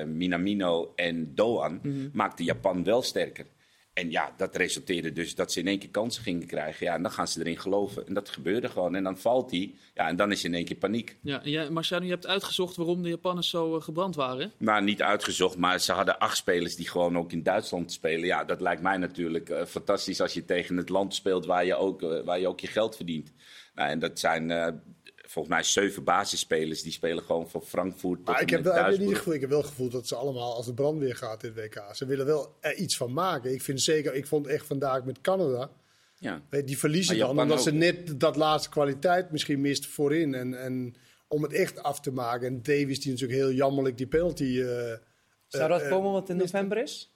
Speaker 3: eh, Minamino en Doan maakten Japan wel sterker. En ja, dat resulteerde dus dat ze in één keer kansen gingen krijgen. Ja, en dan gaan ze erin geloven. En dat gebeurde gewoon. En dan valt hij. Ja, en dan is in één keer paniek.
Speaker 1: ja, ja, Marciano, je hebt uitgezocht waarom de Japanners zo eh, gebrand waren.
Speaker 3: Nou, niet uitgezocht, maar ze hadden acht spelers die gewoon ook in Duitsland spelen. Ja, dat lijkt mij natuurlijk eh, fantastisch als je tegen het land speelt waar je ook, eh, waar je, ook je geld verdient. Nou, en dat zijn eh, volgens mij zeven basisspelers die spelen gewoon van Frankfurt tot
Speaker 2: Maar
Speaker 3: en
Speaker 2: ik heb,
Speaker 3: met
Speaker 2: wel, heb je niet
Speaker 3: Duisburg.
Speaker 2: het gevoel, ik heb wel het gevoel dat ze allemaal als de brandweer gaat in het WK. Ze willen wel er iets van maken. Ik vind zeker, ik vond echt vandaag met Canada.
Speaker 3: Ja. Nou,
Speaker 2: Weet je, Die verliezen
Speaker 3: Maar
Speaker 2: dan,
Speaker 3: Japan
Speaker 2: omdat ze
Speaker 3: ook.
Speaker 2: net dat laatste kwaliteit misschien mist voorin. En, en om het echt af te maken. En Davies die natuurlijk heel jammerlijk die penalty... eh,
Speaker 4: zou dat
Speaker 2: eh,
Speaker 4: komen wat in november is?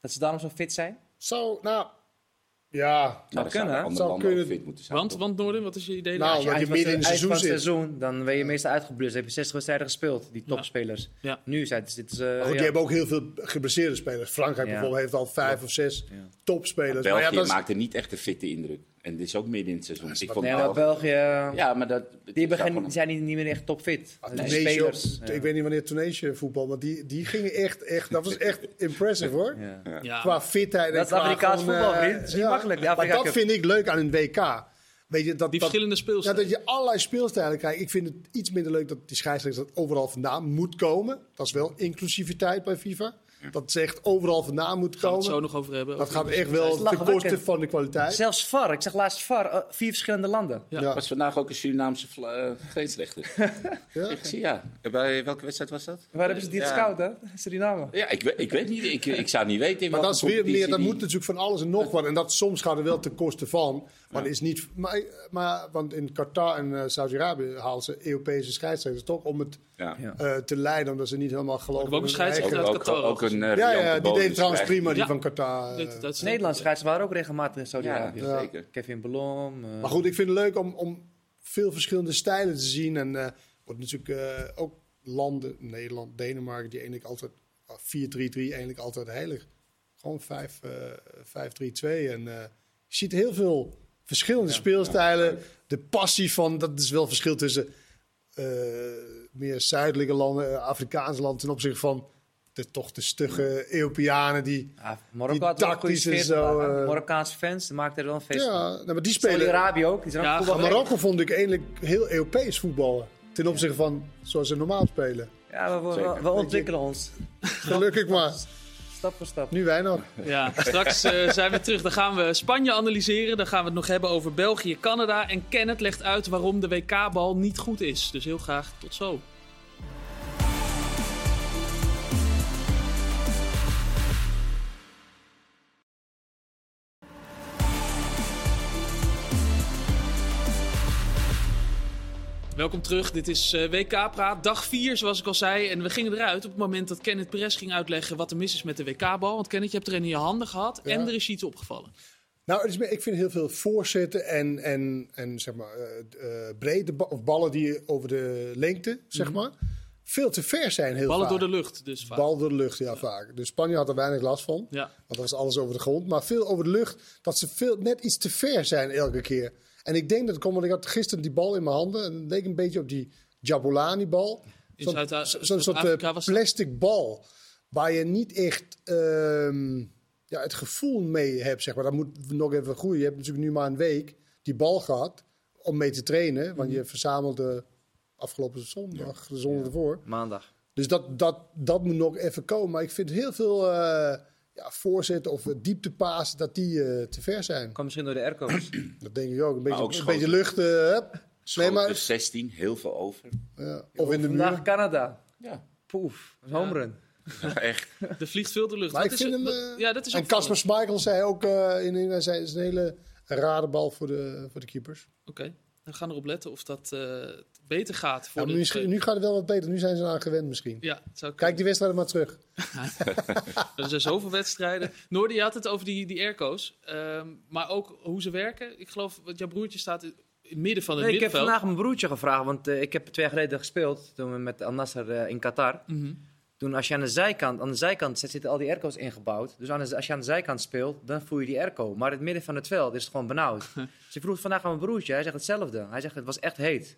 Speaker 4: Dat ze daarom zo fit zijn?
Speaker 2: Zou, nou, Ja,
Speaker 3: Nou,
Speaker 4: Zou
Speaker 3: dan zouden
Speaker 4: kunnen,
Speaker 3: andere
Speaker 2: zou
Speaker 3: landen ook
Speaker 2: kunnen.
Speaker 3: fit moeten zijn.
Speaker 1: Want,
Speaker 3: toch?
Speaker 1: want Noorden, wat is je idee?
Speaker 2: Nou,
Speaker 1: daar?
Speaker 4: Als
Speaker 2: dat je
Speaker 4: je eind van
Speaker 2: midden in het
Speaker 4: eind van
Speaker 2: seizoen
Speaker 4: het seizoen, dan ben je meestal uitgeblust. Dan heb je 60 wedstrijden gespeeld, die topspelers.
Speaker 1: Ja.
Speaker 4: Nu dus zijn het, zitten ze...
Speaker 2: Maar
Speaker 4: eh, ja.
Speaker 2: goed, Oh, die hebben ook heel veel geblesseerde spelers. Frankrijk
Speaker 4: Ja.
Speaker 2: bijvoorbeeld heeft al vijf of zes topspelers. maar
Speaker 3: België
Speaker 2: ja, dat is-
Speaker 3: maakte niet echt een fitte indruk. En dit is ook midden in het seizoen. Ik vond
Speaker 4: Nee, maar
Speaker 3: België-
Speaker 4: België, eh,
Speaker 3: Ja, maar dat...
Speaker 4: die,
Speaker 3: het is
Speaker 4: begin-
Speaker 3: gewoon-
Speaker 4: die zijn niet, niet meer echt topfit.
Speaker 2: Ah,
Speaker 4: De
Speaker 2: Tunesië
Speaker 4: spelers.
Speaker 2: ook.
Speaker 4: ja.
Speaker 2: Ik weet niet wanneer Tunesië voetbal, maar die, die gingen echt, echt, dat was echt impressive hoor.
Speaker 4: Ja.
Speaker 1: Ja,
Speaker 2: Qua fitheid en
Speaker 4: Dat is
Speaker 2: qua
Speaker 4: Afrikaans
Speaker 2: gewoon,
Speaker 4: voetbal,
Speaker 2: eh,
Speaker 4: vriend. Dat is niet makkelijk, de
Speaker 2: Maar
Speaker 4: Afrika
Speaker 2: dat
Speaker 4: Cup.
Speaker 2: vind ik leuk aan een WK. Weet je, dat,
Speaker 1: die
Speaker 2: dat,
Speaker 1: verschillende
Speaker 2: ja,
Speaker 1: speelstijlen.
Speaker 2: dat je allerlei speelstijlen krijgt. Ik vind het iets minder leuk dat die scheidsrechter dat overal vandaan moet komen. Dat is wel inclusiviteit bij FIFA. Dat ze echt overal vandaan moet
Speaker 1: Gaan we het zo
Speaker 2: komen.
Speaker 1: nog over hebben. dus
Speaker 2: Dat
Speaker 1: Over-
Speaker 2: gaat echt
Speaker 4: Dat
Speaker 2: wel
Speaker 4: is
Speaker 2: ten koste
Speaker 4: lachwekkend.
Speaker 2: van de kwaliteit.
Speaker 4: Zelfs VAR, ik zag laatst VAR, eh, vier verschillende landen.
Speaker 1: Ja.
Speaker 2: Ja.
Speaker 3: was vandaag ook een Surinaamse vla- eh, grensrechter.
Speaker 2: Ja.
Speaker 3: Ik zie, ja. Bij welke wedstrijd was dat?
Speaker 4: Waar hebben ze die
Speaker 3: Ja.
Speaker 4: gescout, hè? Suriname.
Speaker 3: Ja, ik, we- ik weet niet. Ik, ik zou niet weten. in
Speaker 2: Maar dat,
Speaker 3: welke
Speaker 2: is weer meer,
Speaker 3: competitie
Speaker 2: dat
Speaker 3: die-
Speaker 2: moet natuurlijk van alles en nog wat. En dat soms gaat er wel ten koste van. Maar het is niet, maar, maar, want in Qatar en eh, Saudi-Arabië halen ze Europese scheidsrechters toch om het
Speaker 3: Ja.
Speaker 4: Ja.
Speaker 2: eh, te leiden. Omdat ze niet helemaal geloven
Speaker 1: we ook een
Speaker 2: in hun eigen-
Speaker 3: Ook,
Speaker 1: scheidsrechter? Uit
Speaker 3: ook,
Speaker 1: Qatar
Speaker 3: ook een eh,
Speaker 2: Ja,
Speaker 3: riante
Speaker 2: ja, die
Speaker 3: bonus
Speaker 2: deed trouwens
Speaker 3: krijgt.
Speaker 2: prima, die
Speaker 1: Ja.
Speaker 2: van Qatar. eh.
Speaker 1: Dat- dat is-
Speaker 4: Nederlandse scheidsrechters waren ook regelmatig in
Speaker 3: Ja,
Speaker 4: Saudi-Arabië.
Speaker 3: zeker.
Speaker 4: Kevin Belom. eh,
Speaker 2: Maar goed, ik vind het leuk om, om veel verschillende stijlen te zien. En eh wordt natuurlijk eh, ook landen, Nederland, Denemarken, die eigenlijk altijd ah, 4-3-3, eigenlijk altijd heilig. Gewoon 5, eh, 5-3-2. En eh, je ziet heel veel verschillende speelstijlen. de passie van, dat is wel verschil tussen eh, meer zuidelijke landen, eh, Afrikaanse landen, ten opzichte van de toch de stugge Europeanen die. die
Speaker 4: ja, ah, Marokko had wel een goede
Speaker 2: tactische
Speaker 4: sfeer.
Speaker 2: zo,
Speaker 4: eh,
Speaker 2: eh,
Speaker 4: Marokkaanse fans, die maakten er wel een feest van.
Speaker 2: Ja, nou, maar die spelen.
Speaker 4: Saudi-Arabië ook. Die zijn
Speaker 1: Ja,
Speaker 4: ook voetbal
Speaker 2: Maar Marokko vond ik eigenlijk heel Europees voetballen. Ten opzichte van zoals ze normaal spelen.
Speaker 4: Ja, we, we-
Speaker 3: Zeker.
Speaker 4: we, ontwikkelen ons.
Speaker 2: Gelukkig maar.
Speaker 4: Stap voor stap.
Speaker 2: Nu wij nog.
Speaker 1: Ja, straks eh, zijn we terug. Dan gaan we Spanje analyseren. Dan gaan we het nog hebben over België, Canada. En Kenneth legt uit waarom de WK-bal niet goed is. Dus heel graag tot zo. Welkom terug. Dit is eh, WK Praat, dag 4, zoals ik al zei. En we gingen eruit op het moment dat Kenneth Perez ging uitleggen wat er mis is met de WK-bal. Want Kenneth, je hebt er een in je handen gehad
Speaker 2: Ja.
Speaker 1: en er is iets opgevallen.
Speaker 2: Nou, het is meer- ik vind heel veel voorzetten en, en, en zeg maar, eh, eh, brede ba- of ballen die over de lengte, zeg maar, veel te ver zijn heel
Speaker 1: Mhm. Ballen
Speaker 2: vaak.
Speaker 1: door de lucht, dus vaak.
Speaker 2: Bal door de lucht, ja, vaak. Dus Spanje had er weinig last van.
Speaker 1: Ja.
Speaker 2: Want dat was alles over de grond. Maar veel over de lucht. Dat ze veel, net iets te ver zijn elke keer. En ik denk dat het komt, want ik had gisteren die bal in mijn handen. En het leek een beetje op die Jabulani-bal.
Speaker 1: In
Speaker 2: Zo'n
Speaker 1: Zuid-
Speaker 2: zo- zo'n soort
Speaker 1: Zuid-Afrika
Speaker 2: eh,
Speaker 1: was dat.
Speaker 2: plastic bal. Waar je niet echt ehm, ja, het gevoel mee hebt, zeg maar. Dat moet nog even groeien. Je hebt natuurlijk nu maar een week die bal gehad om mee te trainen. Want
Speaker 1: Mhm.
Speaker 2: je verzamelde afgelopen zondag, de zondag ervoor.
Speaker 4: Maandag.
Speaker 2: Dus dat, dat, dat moet nog even komen. Maar ik vind heel veel eh ja, voorzetten of eh, dieptepaas dat die eh, te ver zijn.
Speaker 4: Kwam misschien door de airco's.
Speaker 2: Dat denk ik ook. Een beetje,
Speaker 3: ook
Speaker 2: een
Speaker 3: schoten.
Speaker 2: beetje lucht. eh, hup. Nee,
Speaker 3: Schoten
Speaker 2: maar,
Speaker 3: 16, heel veel over.
Speaker 2: ja, of in de
Speaker 4: Vandaag
Speaker 2: muur.
Speaker 4: Canada.
Speaker 3: Ja,
Speaker 4: Poef, een home run.
Speaker 3: echt.
Speaker 1: Er vliegt veel door de lucht.
Speaker 2: Maar
Speaker 1: Dat
Speaker 2: ik
Speaker 1: is-
Speaker 2: vind hem,
Speaker 1: dat-
Speaker 2: eh,
Speaker 1: ja, dat is
Speaker 2: En
Speaker 1: opvallend.
Speaker 2: Casper Schmeichel zei ook eh, in, in hij zei, het is een hele rare bal voor de, voor de keepers.
Speaker 1: Oké, we gaan erop letten of dat eh, beter gaat. Voor
Speaker 2: Ja,
Speaker 1: de-
Speaker 2: misschien, nu gaat het wel wat beter. Nu zijn ze eraan gewend misschien.
Speaker 1: Ja, het zou
Speaker 2: Kijk die wedstrijd maar terug.
Speaker 1: Er zijn zoveel wedstrijden. Noordi, je had het over die, die airco's. Ehm, maar ook hoe ze werken. Ik geloof, want jouw broertje staat in in het midden van het
Speaker 4: Nee, ik heb
Speaker 1: middenveld.
Speaker 4: vandaag mijn broertje gevraagd, want eh, ik heb twee jaar geleden gespeeld toen we met Al Nasser eh, in Qatar.
Speaker 1: Mhm.
Speaker 4: Toen als je aan de zijkant, aan de zijkant zit- zitten al die airco's ingebouwd. Dus aan de- als je aan de zijkant speelt, dan voel je die airco. Maar in het midden van het veld is het gewoon benauwd. dus ik vroeg het vandaag aan mijn broertje, hij zegt hetzelfde. Hij zegt het was echt heet.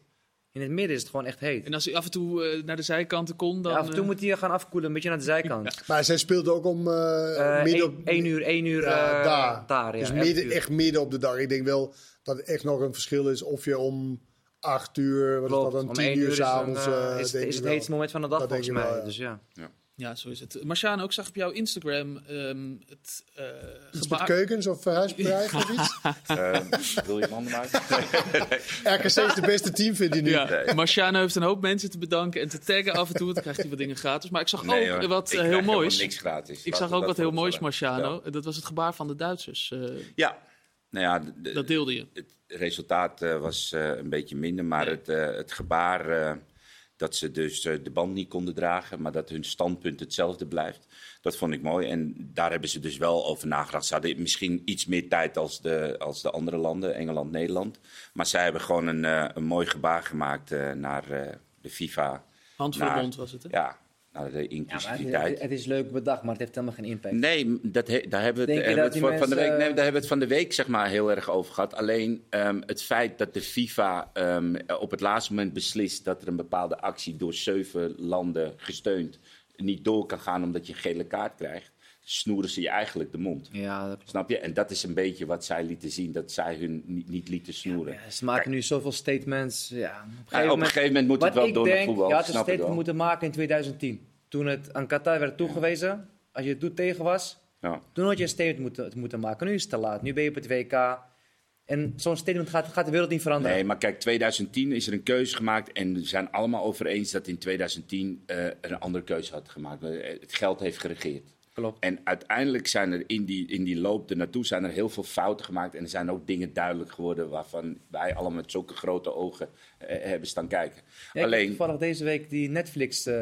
Speaker 4: In het midden is het gewoon echt heet.
Speaker 1: En als hij af en toe eh, naar de zijkanten kon, dan...
Speaker 4: Ja, af en toe
Speaker 1: eh,
Speaker 4: moet hij gaan afkoelen, een beetje naar de zijkant.
Speaker 2: Maar zij speelde ook om eh,
Speaker 4: Eh,
Speaker 2: midden
Speaker 4: één-
Speaker 2: op-
Speaker 4: één uur, één uur
Speaker 2: Ja,
Speaker 4: eh,
Speaker 2: daar.
Speaker 4: daar. ja,
Speaker 2: dus
Speaker 4: elf
Speaker 2: midden,
Speaker 4: uur.
Speaker 2: echt midden op de dag. Ik denk wel dat het echt nog een verschil is of je om acht uur, wat
Speaker 4: Klopt,
Speaker 2: is dat,
Speaker 4: om
Speaker 2: dan tien
Speaker 4: één
Speaker 2: uur
Speaker 4: is dan,
Speaker 2: s'avonds.
Speaker 4: eh, is, het- is het heetste moment van de dag
Speaker 2: Dat denk
Speaker 4: volgens mij.
Speaker 2: ik wel, ja.
Speaker 4: Dus ja.
Speaker 1: Ja, zo is het. Marciaan, ook zag ik op jouw Instagram ehm, het eh,
Speaker 2: met
Speaker 1: gebaar...
Speaker 2: keukens of verhuisbedrijf of iets?
Speaker 3: Eh, wil je mannen maken?
Speaker 2: RKC is het beste team, vindt hij nu.
Speaker 1: Ja, Marciano heeft een hoop mensen te bedanken en te taggen af en toe. want Dan krijgt hij wat dingen gratis. Maar ik zag
Speaker 3: Nee,
Speaker 1: ook
Speaker 3: hoor.
Speaker 1: wat eh,
Speaker 3: Ik krijg
Speaker 1: heel
Speaker 3: helemaal
Speaker 1: moois.
Speaker 3: niks gratis.
Speaker 1: Ik
Speaker 3: Laten
Speaker 1: zag
Speaker 3: we
Speaker 1: ook
Speaker 3: dat
Speaker 1: wat heel moois,
Speaker 3: vooropstellen.
Speaker 1: Marciano. Dat was het gebaar van de Duitsers. eh,
Speaker 3: Ja. Nou ja, de- de-
Speaker 1: dat deelde je.
Speaker 3: het resultaat eh, was eh, een beetje minder, maar
Speaker 1: Nee.
Speaker 3: het, eh, het gebaar, eh, Dat ze dus eh, de band niet konden dragen, maar dat hun standpunt hetzelfde blijft. Dat vond ik mooi. En daar hebben ze dus wel over nagedacht. Ze hadden misschien iets meer tijd als de, als de andere landen, Engeland, Nederland. Maar zij hebben gewoon een, eh, een mooi gebaar gemaakt eh, naar eh, de FIFA.
Speaker 1: Handverbond
Speaker 3: Naar-
Speaker 1: was het, hè?
Speaker 3: Ja, naar de
Speaker 4: maar
Speaker 3: inclusiviteit.
Speaker 4: het, het is leuk bedacht, maar het heeft helemaal geen impact.
Speaker 3: Nee, m- dat he- daar hebben we
Speaker 4: Denk
Speaker 3: het, hebben
Speaker 4: je dat
Speaker 3: we het
Speaker 4: die
Speaker 3: voor- van de
Speaker 4: mensen-
Speaker 3: week, nee, daar hebben we het van de week zeg maar, heel erg over gehad. Alleen ehm, het feit dat de FIFA ehm, op het laatste moment beslist dat er een bepaalde actie door zeven landen gesteund niet door kan gaan omdat je een gele kaart krijgt, snoeren ze je eigenlijk de mond.
Speaker 4: Ja, dat klopt.
Speaker 3: Snap je? En dat is een beetje wat zij lieten zien, dat zij hun niet, niet lieten snoeren. Nou,
Speaker 4: Ja, ze maken nu zoveel statements. Ja, op een
Speaker 3: op een gegeven moment moet het
Speaker 4: wat
Speaker 3: wel
Speaker 4: ik
Speaker 3: door naar
Speaker 4: denk,
Speaker 3: voetbal,
Speaker 4: Je had een
Speaker 3: snap ik wel.
Speaker 4: statement moeten maken in 2010. Toen het aan Qatar werd toegewezen. Als je het doet tegen was,
Speaker 3: Ja.
Speaker 4: toen had je een statement moeten, moeten maken. Nu is het te laat. Nu ben je op het WK. En zo'n statement gaat, gaat de wereld niet veranderen.
Speaker 3: Nee, maar kijk, 2010 is er een keuze gemaakt. En we zijn allemaal over eens dat in 2010 eh, er een andere keuze had gemaakt. Eh, Het geld heeft geregeerd.
Speaker 4: Klopt.
Speaker 3: En uiteindelijk zijn er in die, in die loop ernaartoe zijn er heel veel fouten gemaakt. En er zijn ook dingen duidelijk geworden waarvan wij allemaal met zulke grote ogen eh, hebben staan kijken.
Speaker 4: Ja, Ik heb
Speaker 3: Alleen,
Speaker 4: toevallig deze week die Netflix, eh,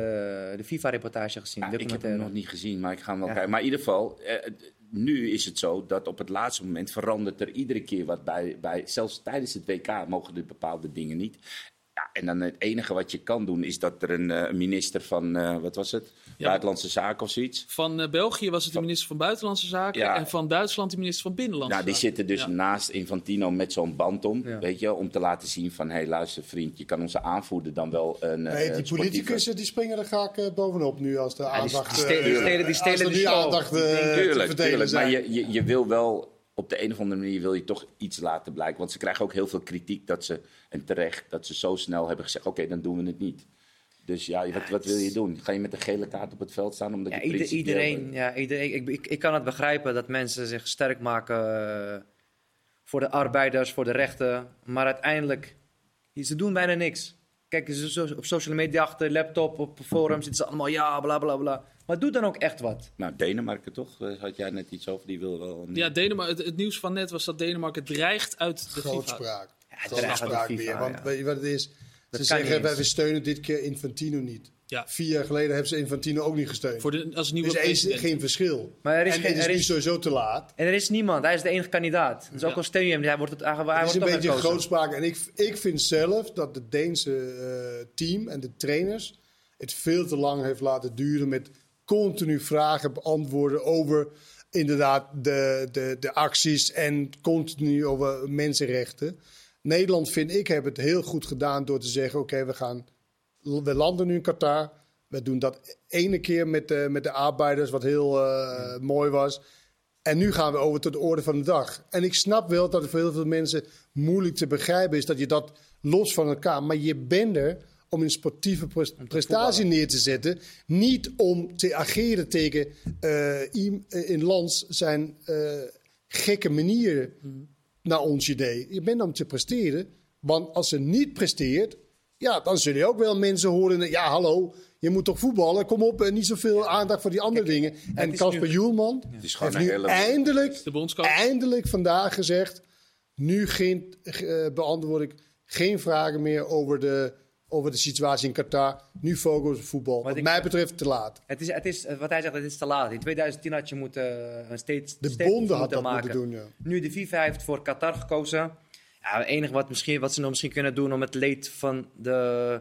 Speaker 4: de FIFA-reportage gezien.
Speaker 3: Ah, ik heb hem
Speaker 4: documentaire.
Speaker 3: nog niet gezien, maar ik ga hem wel
Speaker 4: Ja.
Speaker 3: kijken. Maar in ieder geval, eh, het- nu is het zo dat op het laatste moment verandert er iedere keer wat bij. bij zelfs tijdens het WK mogen er bepaalde dingen niet. Ja, en dan het enige wat je kan doen is dat er een eh, minister van, eh, wat was het? Buitenlandse Zaken of zoiets.
Speaker 1: Van eh, België was het de minister van Buitenlandse Zaken.
Speaker 3: Ja.
Speaker 1: En van Duitsland de minister van Binnenlandse
Speaker 3: Nou, die
Speaker 1: Zaken.
Speaker 3: zitten dus
Speaker 1: Ja.
Speaker 3: naast Infantino met zo'n band om,
Speaker 4: Ja.
Speaker 3: weet je, om te laten zien van, hé hey, luister vriend, je kan onze aanvoerder dan wel een eh,
Speaker 2: Nee, die
Speaker 3: sportieve-
Speaker 2: politicussen die springen er graag eh, bovenop nu als de
Speaker 4: die-
Speaker 2: aandacht...
Speaker 4: die stelen- die
Speaker 2: eh,
Speaker 4: stelen- die
Speaker 2: als
Speaker 4: stelen
Speaker 2: er
Speaker 4: de
Speaker 2: nu
Speaker 4: show.
Speaker 2: aandacht eh, te
Speaker 3: Tuurlijk,
Speaker 2: verdelen
Speaker 3: tuurlijk. Maar
Speaker 2: zijn.
Speaker 3: je, je, je wil wel op de een of andere manier wil je toch iets laten blijken. Want ze krijgen ook heel veel kritiek dat ze, en terecht, dat ze zo snel hebben gezegd: oké, dan doen we het niet. Dus ja, wat, wat wil je doen? Ga je met een gele kaart op het veld staan? Omdat
Speaker 4: Ja,
Speaker 3: je
Speaker 4: ieder-
Speaker 3: principieel
Speaker 4: iedereen,
Speaker 3: bent?
Speaker 4: ja, iedereen ik, ik, ik kan het begrijpen dat mensen zich sterk maken eh, voor de arbeiders, voor de rechten. Maar uiteindelijk, ze doen bijna niks. Kijk, ze zo- op social media, achter laptop, op forums zitten ze allemaal ja, bla bla bla. Maar doe dan ook echt wat.
Speaker 3: Nou, Denemarken toch? Eh, Had jij net iets over? Die wil wel. een-
Speaker 1: Ja, Denemarken, het, het nieuws van net was dat Denemarken dreigt uit de FIFA.
Speaker 2: Grootspraak.
Speaker 4: het
Speaker 2: Grootspraak
Speaker 4: dreigt met
Speaker 2: weer.
Speaker 4: FIFA,
Speaker 2: Want
Speaker 4: ja.
Speaker 2: weet je wat het is?
Speaker 4: Dat
Speaker 2: ze
Speaker 4: kan niet
Speaker 2: zeggen, wij
Speaker 4: eens.
Speaker 2: we steunen dit keer Infantino niet.
Speaker 1: Ja.
Speaker 2: Vier jaar geleden hebben ze Infantino ook niet gesteund.
Speaker 1: Voor de, als nieuwe
Speaker 2: dus er is
Speaker 1: president.
Speaker 2: geen verschil.
Speaker 4: Maar er is
Speaker 2: en
Speaker 4: geen-
Speaker 2: het is
Speaker 4: er
Speaker 2: nu
Speaker 4: is-
Speaker 2: sowieso te laat.
Speaker 4: En er is niemand, hij is de enige kandidaat. Dus ook
Speaker 1: Ja.
Speaker 4: al steun je hem, hij wordt het hij wordt
Speaker 2: Het is een
Speaker 4: toch
Speaker 2: beetje
Speaker 4: herkozen.
Speaker 2: grootspraak. En ik, ik vind zelf dat het Deense eh, team en de trainers het veel te lang heeft laten duren met continu vragen beantwoorden over inderdaad de, de, de acties en continu over mensenrechten. Nederland, vind ik, heeft het heel goed gedaan door te zeggen: oké, we gaan we landen nu in Qatar. We doen dat ene keer met de, met de arbeiders, wat heel eh,
Speaker 4: Mm.
Speaker 2: mooi was. En nu gaan we over tot de orde van de dag. En ik snap wel dat het voor heel veel mensen moeilijk te begrijpen is dat je dat los van elkaar. Maar je bent er om een sportieve pres- prestatie neer te zetten. Niet om te ageren tegen eh, iem- eh, in lands zijn eh, gekke manieren
Speaker 4: Hmm.
Speaker 2: naar ons idee. Je bent om te presteren. Want als ze niet presteert, ja, dan zullen je ook wel mensen horen. Ja, hallo, je moet toch voetballen? Kom op, en niet zoveel aandacht voor die andere dingen. En
Speaker 4: is
Speaker 2: Casper
Speaker 4: nu-
Speaker 2: Joelman
Speaker 3: is gewoon
Speaker 2: heeft
Speaker 3: een
Speaker 2: nu
Speaker 3: hele-
Speaker 2: eindelijk,
Speaker 1: De bondscoach.
Speaker 2: eindelijk vandaag gezegd... nu geen, eh, beantwoord ik geen vragen meer over de, over de situatie in Qatar. Nu focus op voetbal. Wat
Speaker 4: ik-
Speaker 2: mij betreft te laat.
Speaker 4: Het is, het is, wat hij zegt, het is te laat. In 2010 had je moeten eh, een steeds.
Speaker 2: De
Speaker 4: statement
Speaker 2: bonden had
Speaker 4: moeten
Speaker 2: dat
Speaker 4: maken.
Speaker 2: moeten doen, ja.
Speaker 4: Nu de FIFA heeft voor Qatar gekozen. Ja, het enige wat, misschien, wat ze nog misschien kunnen doen om het leed van de,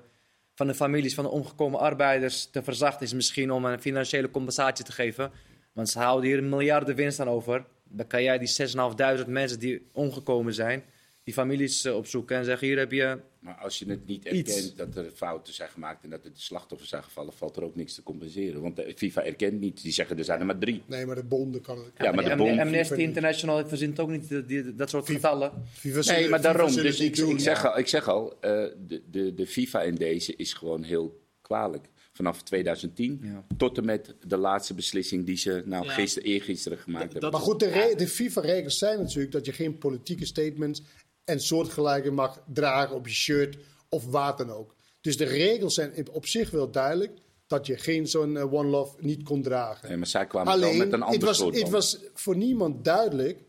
Speaker 4: van de families van de omgekomen arbeiders te verzachten, is misschien om een financiële compensatie te geven. Want ze houden hier miljarden winst aan over. Dan kan jij die 6.500 mensen die omgekomen zijn, die families eh, opzoeken en zeggen: hier heb je.
Speaker 3: Maar als je het niet
Speaker 4: Iets.
Speaker 3: erkent dat er fouten zijn gemaakt en dat er de slachtoffers zijn gevallen, valt er ook niks te compenseren. Want de FIFA erkent niet. Die zeggen er zijn er maar drie.
Speaker 2: Nee, maar de bonden kan het.
Speaker 3: Ja, maar de
Speaker 4: Am-
Speaker 3: bond-
Speaker 4: Amnesty International verzint ook niet die- die- dat soort getallen.
Speaker 2: FIFA zullen-
Speaker 3: Nee, maar
Speaker 2: FIFA
Speaker 3: daarom.
Speaker 2: zullen
Speaker 3: Dus
Speaker 2: het
Speaker 3: ik,
Speaker 2: niet doen.
Speaker 3: ik, zeg al, ik zeg al, eh, de, de, de FIFA in deze is gewoon heel kwalijk. Vanaf 2010
Speaker 4: Ja.
Speaker 3: tot en met de laatste beslissing die ze nou
Speaker 1: Ja.
Speaker 3: gisteren, eergisteren gemaakt hebben.
Speaker 2: Maar goed, de, re- de FIFA-regels zijn natuurlijk dat je geen politieke statements en soortgelijke mag dragen op je shirt of waar dan ook. Dus de regels zijn in- op zich wel duidelijk dat je geen zo'n eh, One Love niet kon dragen.
Speaker 3: Nee, maar zij kwamen wel
Speaker 2: Alleen,
Speaker 3: met een
Speaker 2: het
Speaker 3: ander
Speaker 2: was,
Speaker 3: soort
Speaker 2: het
Speaker 3: band.
Speaker 2: was voor niemand duidelijk.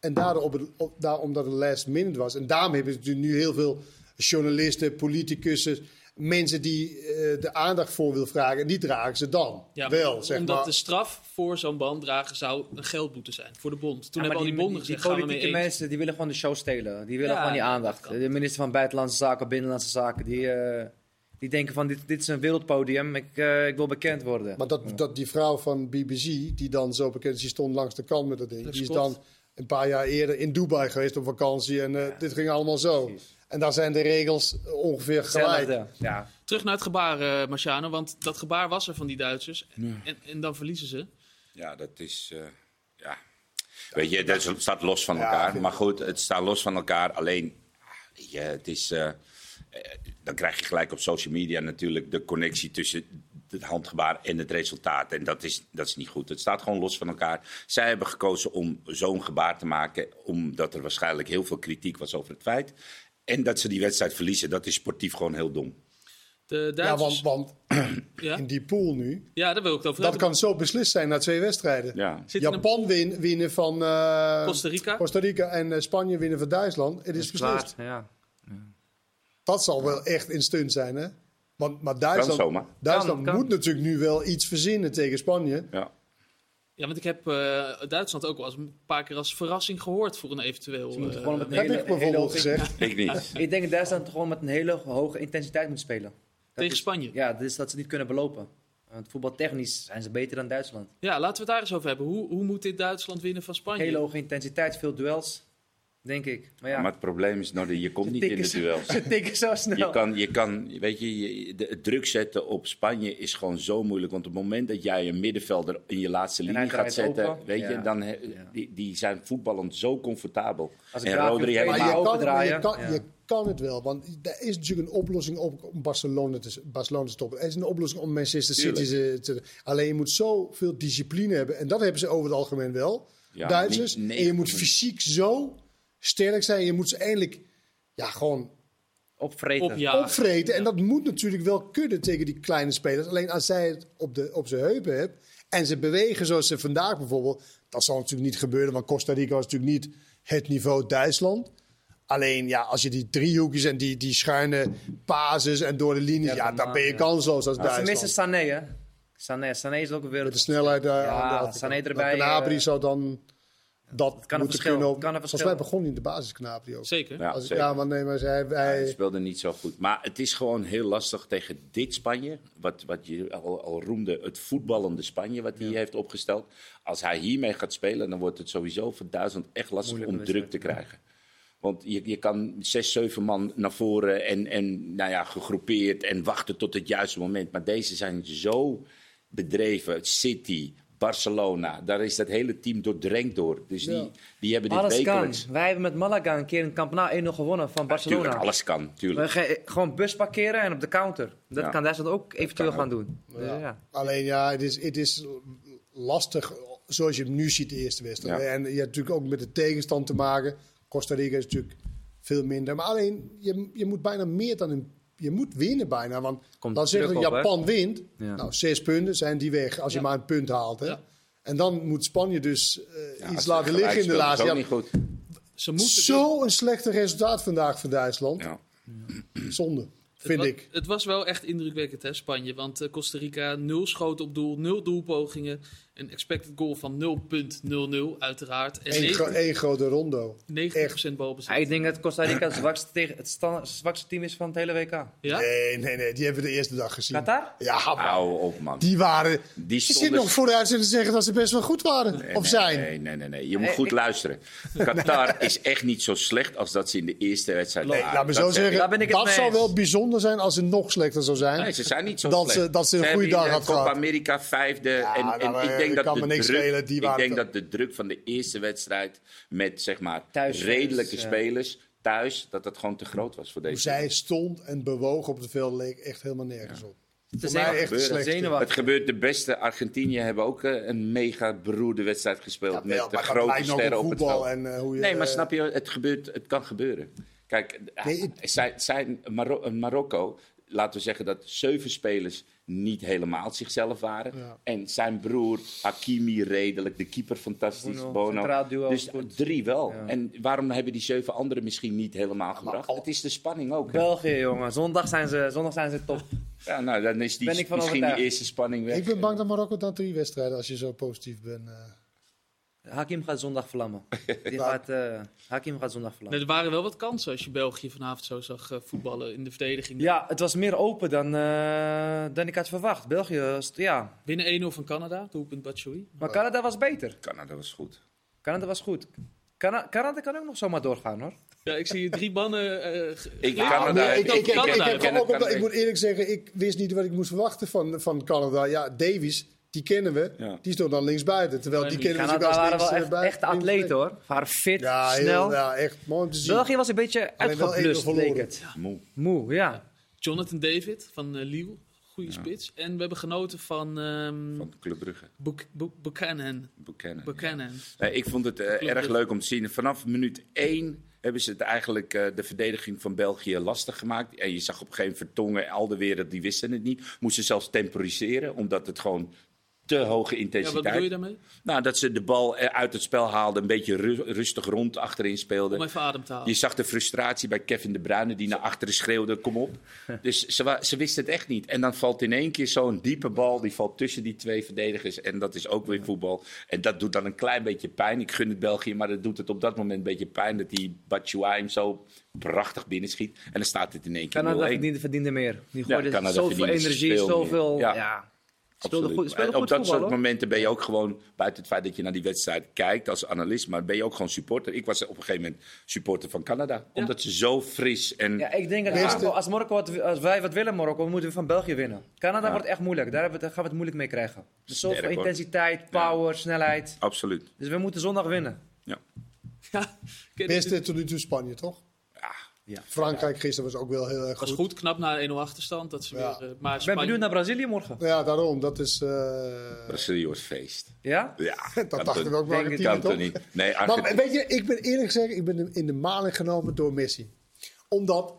Speaker 2: En daardoor op het, op, daar, omdat het last minute was. En daarom hebben natuurlijk nu heel veel journalisten, politicussen, mensen die eh, de aandacht voor wil vragen, die dragen ze dan
Speaker 1: Ja,
Speaker 2: wel, zeg
Speaker 1: omdat
Speaker 2: maar.
Speaker 1: de straf voor zo'n band dragen zou een geldboete zijn voor de bond. Toen
Speaker 4: Ja,
Speaker 1: hebben al
Speaker 4: maar
Speaker 1: die
Speaker 4: die,
Speaker 1: bonden
Speaker 4: die
Speaker 1: gezegd, gaan we mee
Speaker 4: politieke
Speaker 1: eten.
Speaker 4: mensen die willen gewoon de show stelen. Die willen
Speaker 1: Ja,
Speaker 4: gewoon die aandacht.
Speaker 1: dat kan.
Speaker 4: De minister van Buitenlandse Zaken, Binnenlandse Zaken, die, eh, die denken van dit, dit is een wereldpodium, ik, eh, ik wil bekend worden.
Speaker 2: Maar dat, dat die vrouw van BBC, die dan zo bekend is, die stond langs de kant met dat ding.
Speaker 1: Dat
Speaker 2: die is
Speaker 1: klopt.
Speaker 2: dan een paar jaar eerder in Dubai geweest op vakantie en eh, dit ging allemaal zo. En daar zijn de regels ongeveer gelijk.
Speaker 4: Hetzelfde. Ja.
Speaker 1: Terug naar het gebaar, eh Marciano, want dat gebaar was er van die Duitsers. En, en dan verliezen ze.
Speaker 3: Ja, dat is. eh, ja. Weet je, dat staat los van elkaar. maar goed, het staat los van elkaar. Alleen, ah, weet je, het is. eh, eh, dan krijg je gelijk op social media natuurlijk de connectie tussen het handgebaar en het resultaat. En dat is, dat is niet goed. Het staat gewoon los van elkaar. Zij hebben gekozen om zo'n gebaar te maken, omdat er waarschijnlijk heel veel kritiek was over het feit. En dat ze die wedstrijd verliezen, dat is sportief gewoon heel dom.
Speaker 1: De
Speaker 2: Ja,
Speaker 1: Duitsers.
Speaker 2: want, want
Speaker 1: ja?
Speaker 2: in die pool nu,
Speaker 1: Ja, daar wil ik het over
Speaker 2: dat
Speaker 1: hebben.
Speaker 2: kan zo beslist zijn na twee wedstrijden.
Speaker 3: Ja.
Speaker 1: Zit in
Speaker 2: Japan win- winnen van eh,
Speaker 1: Costa Rica.
Speaker 2: Costa Rica en eh, Spanje winnen van Duitsland. Het is
Speaker 4: Klaar,
Speaker 2: beslist.
Speaker 4: ja.
Speaker 2: Dat zal wel echt in stunt zijn, hè? Want, maar Duitsland,
Speaker 3: zomaar.
Speaker 2: Duitsland
Speaker 4: Kan, kan.
Speaker 2: moet natuurlijk nu wel iets verzinnen tegen Spanje.
Speaker 3: Ja.
Speaker 1: Ja, want ik heb eh, Duitsland ook wel eens een paar keer als verrassing gehoord voor een eventueel...
Speaker 4: moeten
Speaker 1: eh,
Speaker 4: gewoon met
Speaker 2: Heb
Speaker 4: Hele-
Speaker 2: ik bijvoorbeeld
Speaker 4: hele-
Speaker 2: gezegd.
Speaker 3: Ik niet.
Speaker 4: Ik denk dat Duitsland gewoon met een hele hoge intensiteit moet spelen. Dat
Speaker 1: Tegen
Speaker 4: is-
Speaker 1: Spanje?
Speaker 4: Ja, dus dat ze niet kunnen belopen. Want voetbaltechnisch zijn ze beter dan Duitsland.
Speaker 1: Ja, laten we het daar eens over hebben. Hoe, hoe moet dit Duitsland winnen van Spanje?
Speaker 4: Hele hoge intensiteit, veel duels, denk ik. Maar ja,
Speaker 3: Maar het probleem is, Norden, je komt niet in de
Speaker 4: tikken
Speaker 3: duels.
Speaker 4: ze tikken zo snel.
Speaker 3: Je kan, je kan, weet je, je- de, het druk zetten op Spanje is gewoon zo moeilijk. Want op het moment dat jij een middenvelder in je laatste
Speaker 4: hij
Speaker 3: linie gaat
Speaker 4: draait
Speaker 3: zetten,
Speaker 4: open.
Speaker 3: weet je,
Speaker 4: Ja.
Speaker 3: dan he-
Speaker 4: Ja.
Speaker 3: die, die zijn voetballend zo comfortabel.
Speaker 4: Als ik
Speaker 3: en
Speaker 4: Raak
Speaker 3: Rodri
Speaker 4: weer
Speaker 3: heeft
Speaker 2: Maar
Speaker 4: maar
Speaker 2: je kan, maar je,
Speaker 4: opendraaien,
Speaker 2: kan,
Speaker 4: ja.
Speaker 2: je kan het wel, want er is natuurlijk een oplossing op om Barcelona te, Barcelona te stoppen. Er is een oplossing om Manchester City te, te- Alleen je moet zoveel discipline hebben. En dat hebben ze over het algemeen wel,
Speaker 3: Ja,
Speaker 2: Duitsers.
Speaker 3: niet- nee,
Speaker 2: en je moet
Speaker 3: goed.
Speaker 2: fysiek zo sterk zijn. Je moet ze eindelijk ja, gewoon
Speaker 4: Opvreten.
Speaker 1: Op ja.
Speaker 2: opvreten. En dat moet natuurlijk wel kunnen tegen die kleine spelers. Alleen als zij het op, de, op zijn heupen hebben en ze bewegen zoals ze vandaag bijvoorbeeld. Dat zal natuurlijk niet gebeuren, want Costa Rica is natuurlijk niet het niveau Duitsland. Alleen ja, als je die driehoekjes en die, die schuine pases en door de linies, ja,
Speaker 4: Ja, dan
Speaker 2: dan ben je
Speaker 4: maar,
Speaker 2: kansloos als
Speaker 4: Ze missen
Speaker 2: Duitsland.
Speaker 4: Sané, hè? Sané, Sané is ook een
Speaker 2: Met de
Speaker 4: wereld.
Speaker 2: snelheid daar.
Speaker 4: Ja,
Speaker 2: aan de achterkant.
Speaker 4: Sané erbij,
Speaker 2: Nou, Gnabry
Speaker 4: eh,
Speaker 2: zou dan dat
Speaker 4: kan een
Speaker 2: moeten
Speaker 4: verschil,
Speaker 2: kunnen.
Speaker 4: kan een
Speaker 2: Volgens mij
Speaker 4: verschil.
Speaker 2: begon hij in de basis Gnabry ook.
Speaker 1: Zeker.
Speaker 3: Ja,
Speaker 2: Als-
Speaker 3: zeker.
Speaker 2: ja, maar nee, maar hij,
Speaker 3: Hij
Speaker 2: hij,
Speaker 3: speelde niet zo goed. Maar het is gewoon heel lastig tegen dit Spanje. Wat, wat je al, al roemde, het voetballende Spanje wat hij heeft opgesteld. Als hij hiermee gaat spelen, dan wordt het sowieso voor Duitsland echt lastig
Speaker 4: Moeilijke
Speaker 3: om druk te krijgen. Want je, je kan zes, zeven man naar voren en, en nou ja, gegroepeerd en wachten tot het juiste moment. Maar deze zijn zo bedreven. City, Barcelona, daar is dat hele team doordrenkt door. Dus die, die hebben dit
Speaker 4: Alles kan.
Speaker 3: wekelijks.
Speaker 4: Wij hebben met Malaga een keer een Camp Nou 1-0 gewonnen van Barcelona.
Speaker 3: Tuurlijk, alles kan. Tuurlijk.
Speaker 4: We ge- gewoon bus parkeren en op de counter. Dat
Speaker 3: Ja.
Speaker 4: kan Duitsland ook eventueel
Speaker 3: kan
Speaker 4: gaan doen. Dus
Speaker 2: Ja.
Speaker 4: ja.
Speaker 2: Alleen ja, het is, het is lastig zoals je hem nu ziet, de eerste wedstrijd.
Speaker 3: Ja.
Speaker 2: En je hebt natuurlijk ook met de tegenstand te maken. Costa Rica is natuurlijk veel minder. Maar alleen, je, je moet bijna meer dan een... Je moet winnen bijna, want
Speaker 4: Komt
Speaker 2: dan zeggen we
Speaker 4: druk op, hè?
Speaker 2: Japan wint.
Speaker 4: Ja.
Speaker 2: Nou, zes punten zijn die weg als je
Speaker 1: Ja.
Speaker 2: maar een punt haalt. Hè?
Speaker 1: Ja.
Speaker 2: En dan moet Spanje dus eh,
Speaker 3: Ja,
Speaker 2: iets
Speaker 3: als
Speaker 2: laten
Speaker 3: gelijk
Speaker 2: liggen in de
Speaker 3: speelt, is
Speaker 2: laatste.
Speaker 3: ook
Speaker 2: Ja,
Speaker 3: niet goed.
Speaker 1: Ze moeten
Speaker 2: Zo'n slecht resultaat vandaag voor Duitsland.
Speaker 3: Ja.
Speaker 2: Zonde,
Speaker 1: Het
Speaker 2: vind
Speaker 1: wa-
Speaker 2: ik.
Speaker 1: Het was wel echt indrukwekkend, hè, Spanje. Want eh, Costa Rica, nul schoten op doel, nul doelpogingen. Een expected goal van 0,00 uiteraard. En
Speaker 2: Eén gro-
Speaker 1: negen-
Speaker 2: één grote rondo.
Speaker 1: 90%
Speaker 4: Ja,
Speaker 1: balbezit.
Speaker 4: ik denk dat Costa Rica het zwakste, tegen, het sta- zwakste team is van het hele WK.
Speaker 1: Ja?
Speaker 2: Nee, nee, nee. Die hebben we de eerste dag gezien.
Speaker 4: Qatar?
Speaker 2: Ja, maar
Speaker 3: Hou op, man.
Speaker 2: die waren... Die
Speaker 3: Nou, Die
Speaker 2: zit
Speaker 3: stonden-
Speaker 2: nog vooruit te zeggen dat ze best wel goed waren.
Speaker 3: Nee,
Speaker 2: of
Speaker 3: nee,
Speaker 2: zijn.
Speaker 3: Nee, nee, nee. nee. Je moet
Speaker 4: Nee,
Speaker 3: goed
Speaker 4: ik-
Speaker 3: luisteren. Qatar is echt niet zo slecht als dat ze in de eerste wedstrijd
Speaker 2: Nee,
Speaker 3: waren.
Speaker 2: laat me
Speaker 3: Dat
Speaker 2: zo
Speaker 3: zeg ik.
Speaker 4: Daar
Speaker 2: zeggen.
Speaker 4: ben ik het
Speaker 2: Dat
Speaker 4: mee
Speaker 2: zou
Speaker 4: eens.
Speaker 2: wel bijzonder zijn als ze nog slechter zou zijn.
Speaker 3: Nee, ze zijn niet zo
Speaker 2: Dat
Speaker 3: slecht.
Speaker 2: ze- dat ze een
Speaker 3: hebben
Speaker 2: goede
Speaker 3: in
Speaker 2: dag
Speaker 3: de
Speaker 2: had
Speaker 3: Copa
Speaker 2: gehad.
Speaker 3: America vijfde. en en
Speaker 2: nou,
Speaker 3: ik
Speaker 2: eh,
Speaker 3: denk,
Speaker 2: kan
Speaker 3: dat
Speaker 2: me
Speaker 3: de,
Speaker 2: niks
Speaker 3: druk,
Speaker 2: schelen, die
Speaker 3: ik
Speaker 2: waren
Speaker 3: denk
Speaker 2: toch-
Speaker 3: dat de druk van de eerste wedstrijd met zeg maar
Speaker 4: Thuis-
Speaker 3: redelijke
Speaker 4: ja.
Speaker 3: spelers thuis, dat dat gewoon te groot was voor
Speaker 2: Hoe
Speaker 3: deze.
Speaker 2: zij stond en bewoog op het veld leek echt helemaal nergens op. Voor
Speaker 4: zenuw-
Speaker 2: mij echt
Speaker 3: gebeuren.
Speaker 2: slecht.
Speaker 3: Het
Speaker 4: Zenuwachtig.
Speaker 3: gebeurt de beste. Argentinië hebben ook eh, een mega beroerde wedstrijd gespeeld.
Speaker 2: Ja,
Speaker 3: met
Speaker 2: wel,
Speaker 3: de
Speaker 2: maar dat
Speaker 3: grote
Speaker 2: lijkt nog
Speaker 3: sterren
Speaker 2: op
Speaker 3: op het
Speaker 2: voetbal.
Speaker 3: veld.
Speaker 2: En, eh, hoe je,
Speaker 3: Nee, maar
Speaker 2: eh,
Speaker 3: snap je, het, gebeurt, het kan gebeuren. Kijk, eh,
Speaker 2: Nee,
Speaker 3: zij- zijn Maro- Marokko, laten we zeggen dat zeven spelers niet helemaal zichzelf waren.
Speaker 2: Ja.
Speaker 3: En zijn broer Hakimi redelijk, de keeper fantastisch,
Speaker 4: Bono,
Speaker 3: Bono.
Speaker 4: centraal duo
Speaker 3: dus
Speaker 4: goed.
Speaker 3: drie wel.
Speaker 4: Ja.
Speaker 3: En waarom hebben die zeven anderen misschien niet helemaal gebracht?
Speaker 2: al-
Speaker 3: Het is de spanning ook. hè?
Speaker 4: België, jongen. Zondag zijn ze, zondag zijn ze top.
Speaker 3: Ja, nou, dan is die,
Speaker 4: Ben ik van
Speaker 3: misschien
Speaker 4: overtuigd.
Speaker 3: die eerste spanning weg.
Speaker 5: Ik ben bang dat Marokko dan drie wedstrijden, als je zo positief bent. eh.
Speaker 4: Hakim gaat zondag vlammen. Die gaat, eh, Hakim gaat zondag vlammen.
Speaker 1: Nee, er waren wel wat kansen als je België vanavond zo zag eh, voetballen in de verdediging.
Speaker 4: Ja, het was meer open dan, eh, dan ik had verwacht. België, was- ja.
Speaker 1: Winnen 1-0 van Canada, doelpunt Batshuayi.
Speaker 4: Maar Canada was beter.
Speaker 3: Canada was goed.
Speaker 4: Canada was goed. Cana- Canada kan ook nog zomaar doorgaan, hoor.
Speaker 1: Ja, ik zie drie bannen. eh, ge-
Speaker 3: Ik,
Speaker 1: Ja,
Speaker 3: Canada,
Speaker 2: maar
Speaker 1: ik- ik- ik-
Speaker 3: ken
Speaker 1: ik-
Speaker 3: het-
Speaker 1: ik-
Speaker 3: ken
Speaker 2: Kan
Speaker 3: het-
Speaker 2: ook omdat-
Speaker 3: Canada.
Speaker 2: ik moet eerlijk zeggen, ik wist niet wat ik moest verwachten van, van Canada. Ja, Davies, die kennen we.
Speaker 3: Ja.
Speaker 2: Die stond dan linksbuiten. Terwijl
Speaker 1: Ja,
Speaker 2: die
Speaker 1: die
Speaker 2: kennen we
Speaker 4: Canada
Speaker 2: natuurlijk
Speaker 4: waren
Speaker 2: als
Speaker 4: wel
Speaker 2: links,
Speaker 4: echt,
Speaker 2: eh, buiten-
Speaker 4: echte atleten, hoor. Waren fit,
Speaker 2: Ja, heel-
Speaker 4: snel.
Speaker 2: ja, echt mooi om te zien.
Speaker 4: België was een beetje
Speaker 2: Alleen wel
Speaker 4: uitgeblust,
Speaker 2: 1-0 verloren.
Speaker 4: leek het.
Speaker 3: Moe.
Speaker 4: Moe, ja.
Speaker 1: Jonathan David van eh Lille, goede spits. En we hebben genoten van ehm,
Speaker 3: Van Club Brugge,
Speaker 1: Buch- Bu- Buchanan.
Speaker 3: Buchanan.
Speaker 1: Buchanan.
Speaker 3: Nee, ik vond het eh, erg leuk om te zien. Vanaf minuut 1 hebben ze het eigenlijk eh, de verdediging van België lastig gemaakt. En je zag op een gegeven moment Vertongen, Alderwereld, die wisten het niet. Moesten zelfs temporiseren, omdat het gewoon te hoge
Speaker 1: Ja, wat
Speaker 3: intensiteit...
Speaker 1: bedoel je daarmee?
Speaker 3: Nou, dat ze de bal eh, uit het spel haalden, een beetje ru- rustig rond achterin speelden.
Speaker 1: Om even adem te halen.
Speaker 3: Je zag de frustratie bij Kevin De Bruyne, die naar achteren schreeuwde, kom op. Dus ze, wa- ze wist het echt niet. En dan valt in één keer zo'n diepe bal, die valt tussen die twee verdedigers. En dat is ook weer voetbal. En dat doet dan een klein beetje pijn. Ik gun het België, maar dat doet het op dat moment een beetje pijn. Dat die Batshuayi hem zo prachtig binnenschiet. En dan staat het in één keer 0-1.
Speaker 4: Canada verdiende, verdiende meer. Die gooide
Speaker 3: Canada
Speaker 4: zoveel
Speaker 3: verdiende
Speaker 4: energie,
Speaker 3: veel meer.
Speaker 4: zoveel...
Speaker 3: Ja.
Speaker 4: Ja.
Speaker 3: Absoluut.
Speaker 4: Speelde goed, speelde
Speaker 3: En op
Speaker 4: goed
Speaker 3: dat
Speaker 4: voetbal,
Speaker 3: soort
Speaker 4: hoor.
Speaker 3: momenten ben je ook gewoon, buiten het feit dat je naar die wedstrijd kijkt als analist, maar ben je ook gewoon supporter. Ik was op een gegeven moment supporter van Canada, omdat ze zo fris en...
Speaker 4: Ja, ik denk dat
Speaker 2: Ja.
Speaker 4: Marokko- als, Marokko wat- als wij wat willen, Marokko, we moeten van België winnen. Canada wordt echt moeilijk. Daar, hebben we, het- gaan we het moeilijk mee krijgen. Dus zoveel
Speaker 3: Sterk, hoor.
Speaker 4: intensiteit, power, snelheid.
Speaker 3: Absoluut.
Speaker 4: Dus we moeten zondag winnen.
Speaker 3: Ja.
Speaker 1: Ja, ken-
Speaker 2: Beste tot nu toe Spanje, toch?
Speaker 4: Ja.
Speaker 2: Frankrijk gisteren was ook wel heel erg
Speaker 1: was
Speaker 2: goed.
Speaker 1: goed, knap na 1-0 achterstand. Dat ze
Speaker 2: Ja.
Speaker 1: weer, eh, maar
Speaker 4: Ik ben
Speaker 1: Spanje-
Speaker 4: benieuwd naar Brazilië morgen.
Speaker 2: Ja, daarom. Dat is... eh,
Speaker 3: Dat is een serieus feest.
Speaker 4: Ja?
Speaker 3: Ja,
Speaker 2: dat dacht ik
Speaker 3: toch-
Speaker 2: ook wel.
Speaker 4: Denk
Speaker 2: Argentinië,
Speaker 4: het
Speaker 3: Kan toch
Speaker 2: toch?
Speaker 3: niet? Nee,
Speaker 2: Maar
Speaker 3: Argentinië.
Speaker 2: weet je, ik ben eerlijk gezegd, ik ben in de maling genomen door Messi. Omdat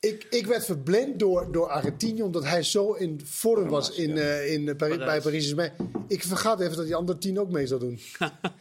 Speaker 2: ik, ik werd verblind door, door Argentinië, omdat hij zo in vorm was in, eh, in eh, Pari- bij Paris. is mij. Ik vergat even dat die andere tien ook mee zou doen.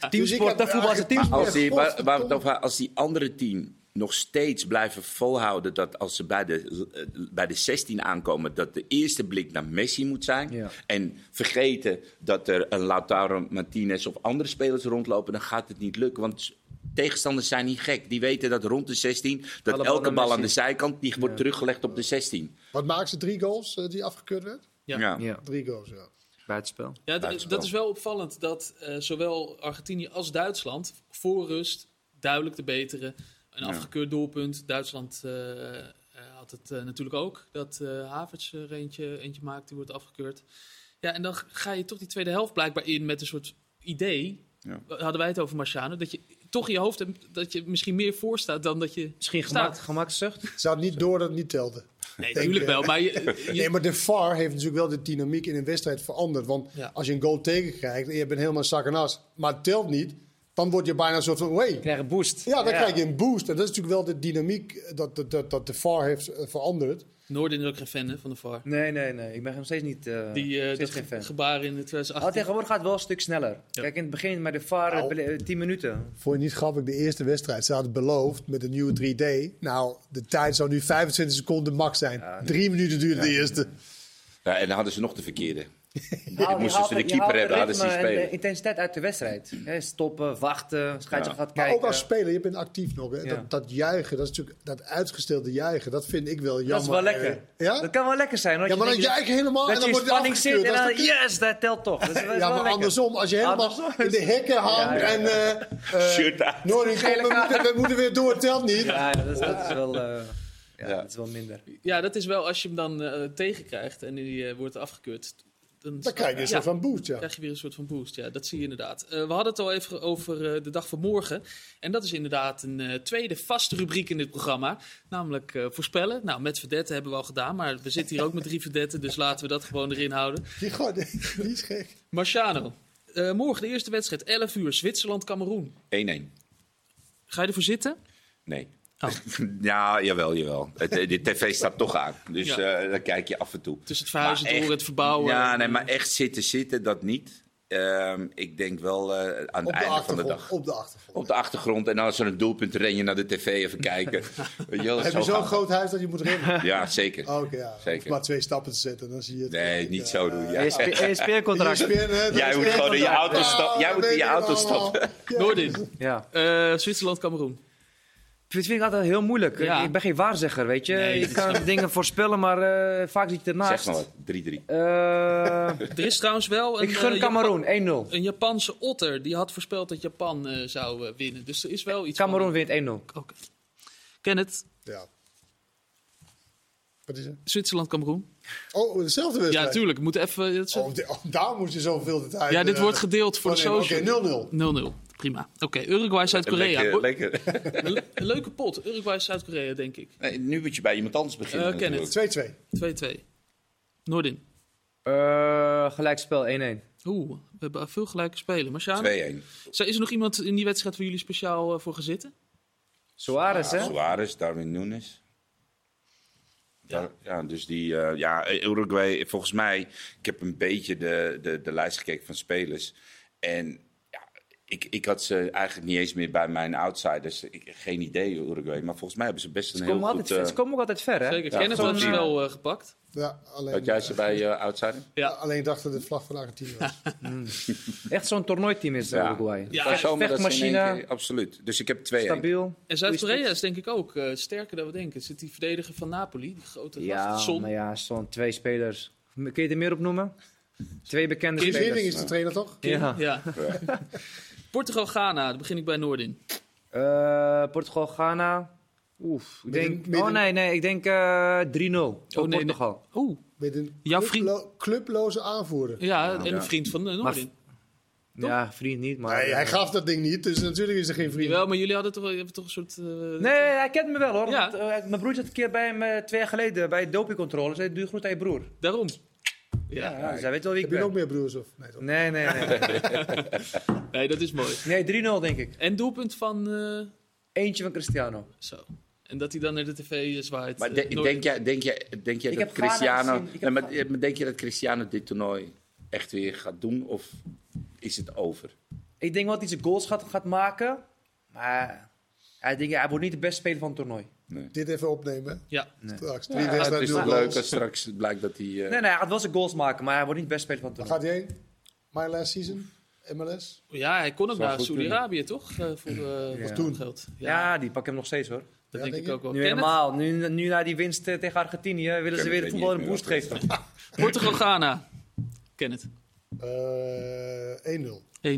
Speaker 4: Teamsport, dat voetbal is een teamsport.
Speaker 3: Als die, waar- waar we het
Speaker 2: Godverdomme.
Speaker 3: over hadden, als die andere tien nog steeds blijven volhouden dat als ze bij de, eh, bij de 16 aankomen, dat de eerste blik naar Messi moet zijn.
Speaker 4: Ja.
Speaker 3: En vergeten dat er een Lautaro Martinez of andere spelers rondlopen, dan gaat het niet lukken. Want tegenstanders zijn niet gek. Die weten dat rond de 16, dat
Speaker 4: Alle bal
Speaker 3: elke
Speaker 4: naar
Speaker 3: bal aan de
Speaker 4: Messi.
Speaker 3: zijkant, die wordt teruggelegd op de 16.
Speaker 2: Wat maakte ze? Drie goals eh, die afgekeurd werd?
Speaker 1: Ja.
Speaker 4: Ja,
Speaker 2: Drie goals, ja.
Speaker 4: buitenspel.
Speaker 1: Ja, d-
Speaker 3: Buitenspel.
Speaker 1: dat is wel opvallend dat eh, zowel Argentinië als Duitsland voor rust duidelijk de betere. Een afgekeurd doelpunt. Duitsland eh, eh, had het eh, natuurlijk ook. Dat eh Havertz er eentje, eentje maakt, die wordt afgekeurd. Ja, en dan g- ga je toch die tweede helft blijkbaar in met een soort idee.
Speaker 3: Ja.
Speaker 1: Hadden wij het over Marciano. Dat je toch in je hoofd hebt dat je misschien meer voor staat dan dat je...
Speaker 4: Misschien gemak, gemakzucht.
Speaker 2: Ze had niet door dat het niet telde.
Speaker 1: Nee, natuurlijk wel. Maar je, je-
Speaker 2: Nee, maar de VAR heeft natuurlijk wel de dynamiek in een wedstrijd veranderd. Want
Speaker 1: Ja.
Speaker 2: als je een goal tegenkrijgt en je bent helemaal zakkenas, maar het telt niet, dan word je bijna een soort van... Hey,
Speaker 4: Ik krijg een boost.
Speaker 2: Ja, dan krijg je een boost. En dat is natuurlijk wel de dynamiek eh, dat, dat, dat, dat de VAR heeft eh, veranderd.
Speaker 1: Noorden is ook geen fan hè, van de VAR.
Speaker 4: Nee, nee, nee. Ik ben nog steeds niet... eh
Speaker 1: Die eh,
Speaker 4: steeds
Speaker 1: dat
Speaker 4: geen fan.
Speaker 1: gebaar in het
Speaker 4: Al
Speaker 1: 2018.
Speaker 4: tegenwoordig gaat het wel een stuk sneller. Kijk, in het begin met de VAR eh,
Speaker 2: Nou.
Speaker 4: bele- eh, 10 minuten.
Speaker 2: Vond je niet grappig, de eerste wedstrijd. Ze hadden beloofd met de nieuwe 3D. Nou, de tijd zou nu 25 seconden max zijn. Drie minuten duurde de eerste.
Speaker 3: Ja, en dan hadden ze nog de verkeerde.
Speaker 2: Nou,
Speaker 4: Haal-
Speaker 2: dus
Speaker 4: je
Speaker 3: moesten ze de
Speaker 4: haalt- je
Speaker 3: keeper
Speaker 4: haalt
Speaker 3: hebben, hadden ze
Speaker 4: ritme
Speaker 3: die
Speaker 4: en
Speaker 3: spelen.
Speaker 4: De intensiteit uit de wedstrijd. Hè, stoppen, wachten, scheidsrechter
Speaker 3: Ja.
Speaker 4: gaat
Speaker 2: Maar
Speaker 4: kijken.
Speaker 2: ook als speler, je bent actief nog. Hè?
Speaker 4: eh, Ja.
Speaker 2: Dat, dat juichen, dat is natuurlijk dat uitgestelde juichen. Dat vind ik wel jammer.
Speaker 4: dat is wel lekker.
Speaker 2: Eh, Ja?
Speaker 4: Dat kan wel lekker zijn. want
Speaker 2: Ja, maar
Speaker 4: je
Speaker 2: dan
Speaker 4: denkt
Speaker 2: juich je helemaal
Speaker 4: dat
Speaker 2: en dan
Speaker 4: je in
Speaker 2: wordt je
Speaker 4: spanning zit en
Speaker 2: afgekeurd.
Speaker 4: dan,
Speaker 2: Dat is
Speaker 4: yes, dat telt toch. Dat is, dat is wel
Speaker 2: Ja, maar
Speaker 4: lekker.
Speaker 2: andersom, als je helemaal
Speaker 4: Andersom
Speaker 2: in
Speaker 4: is-
Speaker 2: de hekken hangt
Speaker 4: Ja, ja,
Speaker 2: en... eh, eh,
Speaker 3: Shirt uit.
Speaker 2: Noordin, kom, we, moeten, we moeten weer door, het telt niet.
Speaker 4: Ja, ja, dat is, dat is wel... eh, ja,
Speaker 3: Ja.
Speaker 4: dat is wel minder.
Speaker 1: Ja, dat is wel als je hem dan eh, tegenkrijgt en die eh, wordt afgekeurd. Dan,
Speaker 2: Dan krijg je een
Speaker 1: Ja,
Speaker 2: soort van boost, ja.
Speaker 1: krijg je weer een soort van boost. Ja, dat zie je inderdaad. Eh, we hadden het al even over eh, de dag van morgen. En dat is inderdaad een eh, tweede vaste rubriek in dit programma. Namelijk eh, voorspellen. Nou, met verdetten hebben we al gedaan. Maar we zitten hier ook met drie verdetten. Dus laten we dat gewoon erin houden.
Speaker 2: Die, goh, die die is gek.
Speaker 1: Marciano, eh, morgen de eerste wedstrijd. 11 uur. Zwitserland-Cameroen.
Speaker 3: 1-1.
Speaker 1: Ga je ervoor zitten?
Speaker 3: Nee. Ja, jawel, jawel. Het, eh, de tv staat toch aan. Dus
Speaker 1: Ja.
Speaker 3: eh, dan kijk je af en toe.
Speaker 1: Dus het verhuizen
Speaker 3: Maar
Speaker 1: door,
Speaker 3: echt-
Speaker 1: het verbouwen. eh,
Speaker 3: Ja, nee, maar echt zitten, zitten, dat niet. Ehm, ik denk wel eh, aan
Speaker 2: Op
Speaker 3: het
Speaker 2: de
Speaker 3: einde van de
Speaker 2: achtergrond.
Speaker 3: dag.
Speaker 2: Op de achtergrond.
Speaker 3: Op de achtergrond en als er een doelpunt ren je naar de tv even kijken. Weet je wel,
Speaker 2: Heb
Speaker 3: zo
Speaker 2: je zo'n
Speaker 3: gaat
Speaker 2: groot huis dat je moet rennen?
Speaker 3: het. Ja, zeker.
Speaker 2: Oh, Oké, ja.
Speaker 3: Zeker.
Speaker 2: Hoef maar twee stappen te zetten, dan zie je het.
Speaker 3: Nee, niet zo doen.
Speaker 4: E
Speaker 3: Ja.
Speaker 2: E
Speaker 4: ESPN-contract.
Speaker 3: Jij moet gewoon in je auto stappen. Jij moet in je auto stappen.
Speaker 1: Noordin,
Speaker 4: Ja.
Speaker 1: eh, Zwitserland, Cameroen.
Speaker 4: Dit vind ik altijd heel moeilijk.
Speaker 1: Ja.
Speaker 4: Ik- Ik ben geen waarzegger, weet je.
Speaker 1: Nee,
Speaker 4: ik
Speaker 1: dat
Speaker 4: kan dingen voorspellen, maar eh, vaak niet ernaast.
Speaker 3: Zeg maar wat, 3-3.
Speaker 4: Eh,
Speaker 1: Er is trouwens wel een,
Speaker 4: ik gun
Speaker 1: eh,
Speaker 4: Cameroen 1-0.
Speaker 1: een Japanse otter die had voorspeld dat Japan eh, zou eh, winnen. Dus er is wel iets.
Speaker 4: Cameroen
Speaker 1: van-
Speaker 4: wint 1-0.
Speaker 1: Oké. Ken het?
Speaker 2: Ja. Wat is er?
Speaker 1: Zwitserland, Cameroen.
Speaker 2: Oh, dezelfde
Speaker 1: Ja,
Speaker 2: wedstrijd.
Speaker 1: natuurlijk. Moet even. dat is-
Speaker 2: Oh, de- oh, daar moet je zoveel de tijd.
Speaker 1: ja, dit
Speaker 2: eh,
Speaker 1: wordt gedeeld voor
Speaker 2: van
Speaker 1: de
Speaker 2: nemen.
Speaker 1: social.
Speaker 2: Oké, 0-0.
Speaker 1: 0-0. Prima. Oké, Uruguay, Zuid-Korea.
Speaker 3: Lekker,
Speaker 1: Ho-
Speaker 3: lekker.
Speaker 1: Een le- een leuke pot. Uruguay, Zuid-Korea, denk ik. 2-2.
Speaker 3: Nee, nu moet je bij iemand anders beginnen.
Speaker 1: Eh, Kenneth.
Speaker 3: natuurlijk.
Speaker 2: 2-2.
Speaker 1: Noordin.
Speaker 4: Eh, gelijkspel 1-1.
Speaker 1: Oeh, we hebben veel gelijke spelen. Maar Sjaan,
Speaker 3: 2-1.
Speaker 1: zou- is er nog iemand in die wedstrijd waar jullie speciaal eh, voor gaan zitten?
Speaker 4: Suarez, hè?
Speaker 3: Ah, Suarez, Darwin Nunes. Ja. ja, dus die, eh, ja, Uruguay, volgens mij, ik heb een beetje de, de, de lijst gekeken van spelers. En ja, ik, ik had ze eigenlijk niet eens meer bij mijn outsiders. Ik, geen idee, Uruguay. Maar volgens mij hebben ze best
Speaker 4: Ze
Speaker 3: een heel
Speaker 4: komen, altijd,
Speaker 3: goed... eh,
Speaker 4: ze komen ook altijd ver, hè?
Speaker 1: Zeker,
Speaker 3: ja,
Speaker 1: Kenneth
Speaker 3: zo'n
Speaker 1: had het
Speaker 3: team.
Speaker 1: wel eh, gepakt.
Speaker 2: Ja, alleen,
Speaker 3: had jij ze bij eh, outsider?
Speaker 2: ja,
Speaker 1: Ja.
Speaker 2: alleen dacht dat de vlag van Argentinië was. Dus
Speaker 4: Echt zo'n toernooiteam is eh,
Speaker 3: Ja.
Speaker 4: Uruguay.
Speaker 1: Ja,
Speaker 3: Van zomer, dat ze in
Speaker 4: vechtmachine.
Speaker 3: één keer- absoluut. Dus ik heb 2-1.
Speaker 4: Stabiel.
Speaker 1: En Zuid-Korea is denk ik ook eh, sterker dan we denken. Zit die verdediger van Napoli, die grote
Speaker 4: Ja,
Speaker 1: gast, Son.
Speaker 4: maar ja, zo'n twee spelers. Kun je er meer op noemen? Twee bekende
Speaker 1: Kim
Speaker 4: spelers.
Speaker 2: Schering is de trainer toch?
Speaker 4: Ja.
Speaker 1: Ja. Portugal-Ghana, dan begin ik bij Noordin.
Speaker 4: Eh, Portugal, Ghana. Oef. Ik
Speaker 2: Met een-
Speaker 4: denk,
Speaker 2: met
Speaker 4: oh
Speaker 2: een-
Speaker 4: nee, nee, ik denk eh 3-0. voor
Speaker 1: Oh, nee,
Speaker 4: Portugal.
Speaker 1: Oeh,
Speaker 2: Met een
Speaker 1: Jouw
Speaker 2: clublo- clubloze aanvoerder.
Speaker 1: ja, en
Speaker 3: ja.
Speaker 1: een vriend van eh,
Speaker 4: Maar-
Speaker 1: Noordin.
Speaker 4: Ja, vriend niet, maar.
Speaker 2: Nee, hij gaf dat ding niet, dus natuurlijk is er geen vriend.
Speaker 1: Jawel, maar jullie hadden toch, wel- je hebt toch een soort... eh,
Speaker 4: Nee, hij kent me wel hoor.
Speaker 1: Ja.
Speaker 4: Want, eh, mijn broertje had een keer bij hem eh, twee jaar geleden bij dopingcontrole. Zei: Doe groet aan je broer.
Speaker 1: Daarom.
Speaker 4: Ja,
Speaker 1: Ja.
Speaker 4: dus hij weet wel wie ik
Speaker 2: Ah, Heb je
Speaker 4: ben.
Speaker 2: nog meer broers of? Nee, toch?
Speaker 4: Nee, nee, nee.
Speaker 1: Nee, dat is mooi.
Speaker 4: Nee, 3-0 denk ik.
Speaker 1: En doelpunt van... eh,
Speaker 4: Eentje van Cristiano.
Speaker 1: Zo. En dat hij dan naar de tv zwaait.
Speaker 3: Maar
Speaker 1: eh,
Speaker 3: de-
Speaker 1: nooit-
Speaker 3: denk jij, denk jij, denk jij
Speaker 4: Ik
Speaker 3: dat
Speaker 4: heb Ghana
Speaker 3: Cristiano.
Speaker 4: gezien, ik
Speaker 3: Nee,
Speaker 4: heb
Speaker 3: maar,
Speaker 4: Ghana-
Speaker 3: eh, maar denk je dat Cristiano dit toernooi echt weer gaat doen? Of is het over?
Speaker 4: Ik denk wel dat hij zijn goals gaat, gaat maken. Maar hij, denkt, hij wordt niet de beste speler van het toernooi.
Speaker 2: Dit even opnemen.
Speaker 1: Ja.
Speaker 2: Straks. Drie
Speaker 3: Ja, het
Speaker 2: wedstrijden,
Speaker 3: is
Speaker 2: nul
Speaker 3: toch leuk
Speaker 2: goals.
Speaker 3: als straks blijkt dat hij. eh,
Speaker 4: Nee, nee, hij gaat wel zijn goals maken, maar hij wordt niet de beste speler van het
Speaker 2: Waar
Speaker 4: toernooi.
Speaker 2: gaat hij heen? My last season? MLS?
Speaker 1: ja, hij kon ook
Speaker 3: Zou
Speaker 1: naar
Speaker 3: goed
Speaker 1: Saudi-Arabië, toch? Eh, voor eh
Speaker 4: Ja.
Speaker 1: wat toen geld. Ja,
Speaker 4: Ja, die pakken hem nog steeds hoor.
Speaker 1: dat
Speaker 2: Ja,
Speaker 1: denk
Speaker 2: denk
Speaker 1: ik ook wel.
Speaker 4: Nu
Speaker 1: Kenneth,
Speaker 4: helemaal. Nu, nu na die winst eh, tegen Argentinië willen
Speaker 3: het
Speaker 4: ze weer
Speaker 3: niet
Speaker 4: het voetbal een
Speaker 3: meer
Speaker 4: boost
Speaker 3: wat
Speaker 4: geven.
Speaker 1: Portugal-Ghana. Kenneth.
Speaker 2: Eh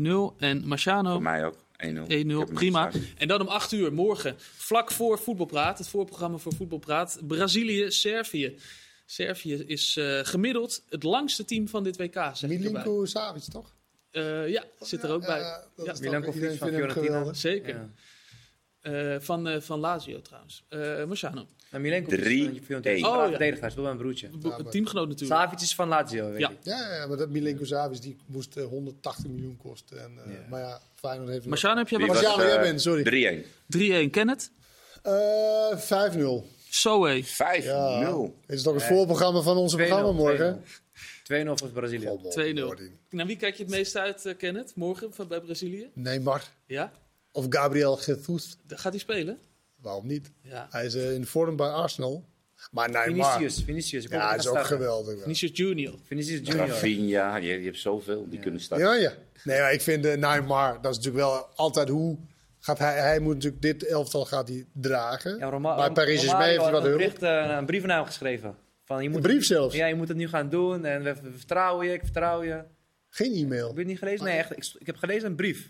Speaker 2: 1-0.
Speaker 1: 1-0. En Marciano.
Speaker 3: Voor mij ook. 1-0. Ik heb
Speaker 1: 1-0,
Speaker 3: hem
Speaker 1: prima.
Speaker 3: gestaan.
Speaker 1: En dan om 8 uur morgen, vlak voor Voetbalpraat, het voorprogramma voor Voetbalpraat, Brazilië, Servië. Servië is eh, gemiddeld het langste team van dit WK, zeg ik erbij.
Speaker 2: Milinko Savic, toch?
Speaker 1: Eh, ja, zit er ook
Speaker 2: Ja,
Speaker 1: bij.
Speaker 2: ja, dat
Speaker 1: Ja.
Speaker 2: is toch-
Speaker 4: Milankovic
Speaker 2: iedereen
Speaker 4: van
Speaker 2: vindt hem
Speaker 4: Fiorentina.
Speaker 2: geweldig.
Speaker 1: Zeker.
Speaker 4: Ja.
Speaker 1: Eh, van, eh, van Lazio trouwens. Eh Marciano,
Speaker 4: En Milenko
Speaker 3: Drie,
Speaker 4: is van
Speaker 3: één.
Speaker 1: Oh, ja.
Speaker 4: verdediger, hij speelt bij mijn broertje.
Speaker 1: Bo-
Speaker 2: maar-
Speaker 1: teamgenoot natuurlijk.
Speaker 4: Savic is van Lazio, weet
Speaker 1: Ja.
Speaker 4: ik.
Speaker 2: Ja, ja, maar dat Milenko Savic die moest eh, 180 miljoen kosten. En, eh, Maar ja, Feyenoord heeft...
Speaker 1: Marciano, heb jij
Speaker 3: Wie
Speaker 1: wel
Speaker 2: was- Marciano,
Speaker 3: eh,
Speaker 2: jij bent, sorry.
Speaker 3: 3-1.
Speaker 1: 3-1, Kenneth.
Speaker 2: Eh, 5-0. Oh,
Speaker 1: Zoé.
Speaker 3: 5-0.
Speaker 2: Ja. Dit is toch het voorprogramma van onze
Speaker 4: 2-0,
Speaker 2: programma morgen?
Speaker 4: 2-0 voor Brazilië.
Speaker 2: Oh, man,
Speaker 1: 2-0.
Speaker 2: Noordin.
Speaker 1: Naar wie kijk je het meest uit, eh, Kenneth? Morgen van, bij Brazilië?
Speaker 2: Neymar
Speaker 1: Ja?
Speaker 2: of Gabriel Jesus.
Speaker 1: Da- Gaat hij spelen?
Speaker 2: Waarom niet?
Speaker 1: Ja.
Speaker 2: Hij is eh, in vorm bij Arsenal. Maar Neymar...
Speaker 4: Vinicius, Vinicius. ik kom
Speaker 2: Ja,
Speaker 4: op
Speaker 2: hij is ook
Speaker 4: starten.
Speaker 2: geweldig. wel.
Speaker 1: Vinicius Junior.
Speaker 4: Vinicius Junior.
Speaker 3: Rafinha, je, je hebt zoveel. Die kunnen starten.
Speaker 2: Ja, ja. Nee, maar ik vind eh, Neymar, dat is natuurlijk wel altijd hoe... Gaat hij, hij moet natuurlijk dit elftal gaat hij dragen.
Speaker 4: Ja, Roma-
Speaker 2: maar Paris is
Speaker 4: Romario
Speaker 2: mee heeft
Speaker 4: had
Speaker 2: wat
Speaker 4: een,
Speaker 2: hulp.
Speaker 4: bericht, eh, een brief naar hem geschreven. Van, je moet
Speaker 2: Een brief zelfs.
Speaker 4: Ja, je moet het nu gaan doen en we we vertrouwen je, ik vertrouw je. Heb
Speaker 2: Geen
Speaker 4: je
Speaker 2: e-mail.
Speaker 4: het niet gelezen? Nee, echt. Ik, ik heb gelezen een brief.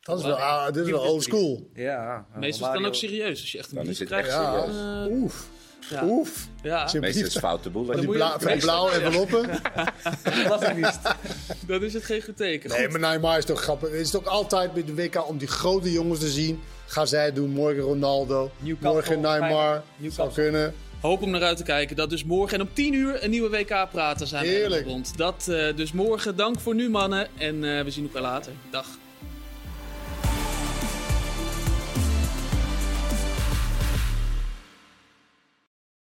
Speaker 2: Dat is wel, ah, dit is wel
Speaker 4: Liefdesbrief.
Speaker 2: old school.
Speaker 4: Ja.
Speaker 1: Meestal
Speaker 4: eh,
Speaker 1: is het
Speaker 4: Romario.
Speaker 1: dan ook serieus. Als je echt een
Speaker 3: Nou, Dan
Speaker 1: brief
Speaker 3: is het
Speaker 1: krijgt.
Speaker 3: echt
Speaker 1: eh,
Speaker 3: serieus.
Speaker 2: Oef.
Speaker 1: Ja.
Speaker 2: Oef.
Speaker 1: ja,
Speaker 2: Zit-
Speaker 3: Meestal is het foute boel.
Speaker 2: Van
Speaker 1: Dan
Speaker 2: die,
Speaker 1: moet je-
Speaker 2: bla- van die blauwe enveloppen.
Speaker 4: Belastingdienst.
Speaker 1: dat is het geen goed teken.
Speaker 2: Nee,
Speaker 1: Goed.
Speaker 2: maar Neymar is toch grappig. Het is toch altijd bij de WK om die grote jongens te zien. Gaan zij het doen. Morgen Ronaldo.
Speaker 4: Newcastle,
Speaker 2: morgen Neymar.
Speaker 4: Feyenoord,
Speaker 2: Zou
Speaker 4: Newcastle.
Speaker 2: kunnen.
Speaker 1: Hoop om naar uit te kijken. Dat dus morgen. En om 10 uur een nieuwe WK praten zijn we
Speaker 2: Heerlijk.
Speaker 1: helemaal rond. Dat eh, dus morgen. Dank voor nu mannen. En eh, we zien elkaar later. Dag.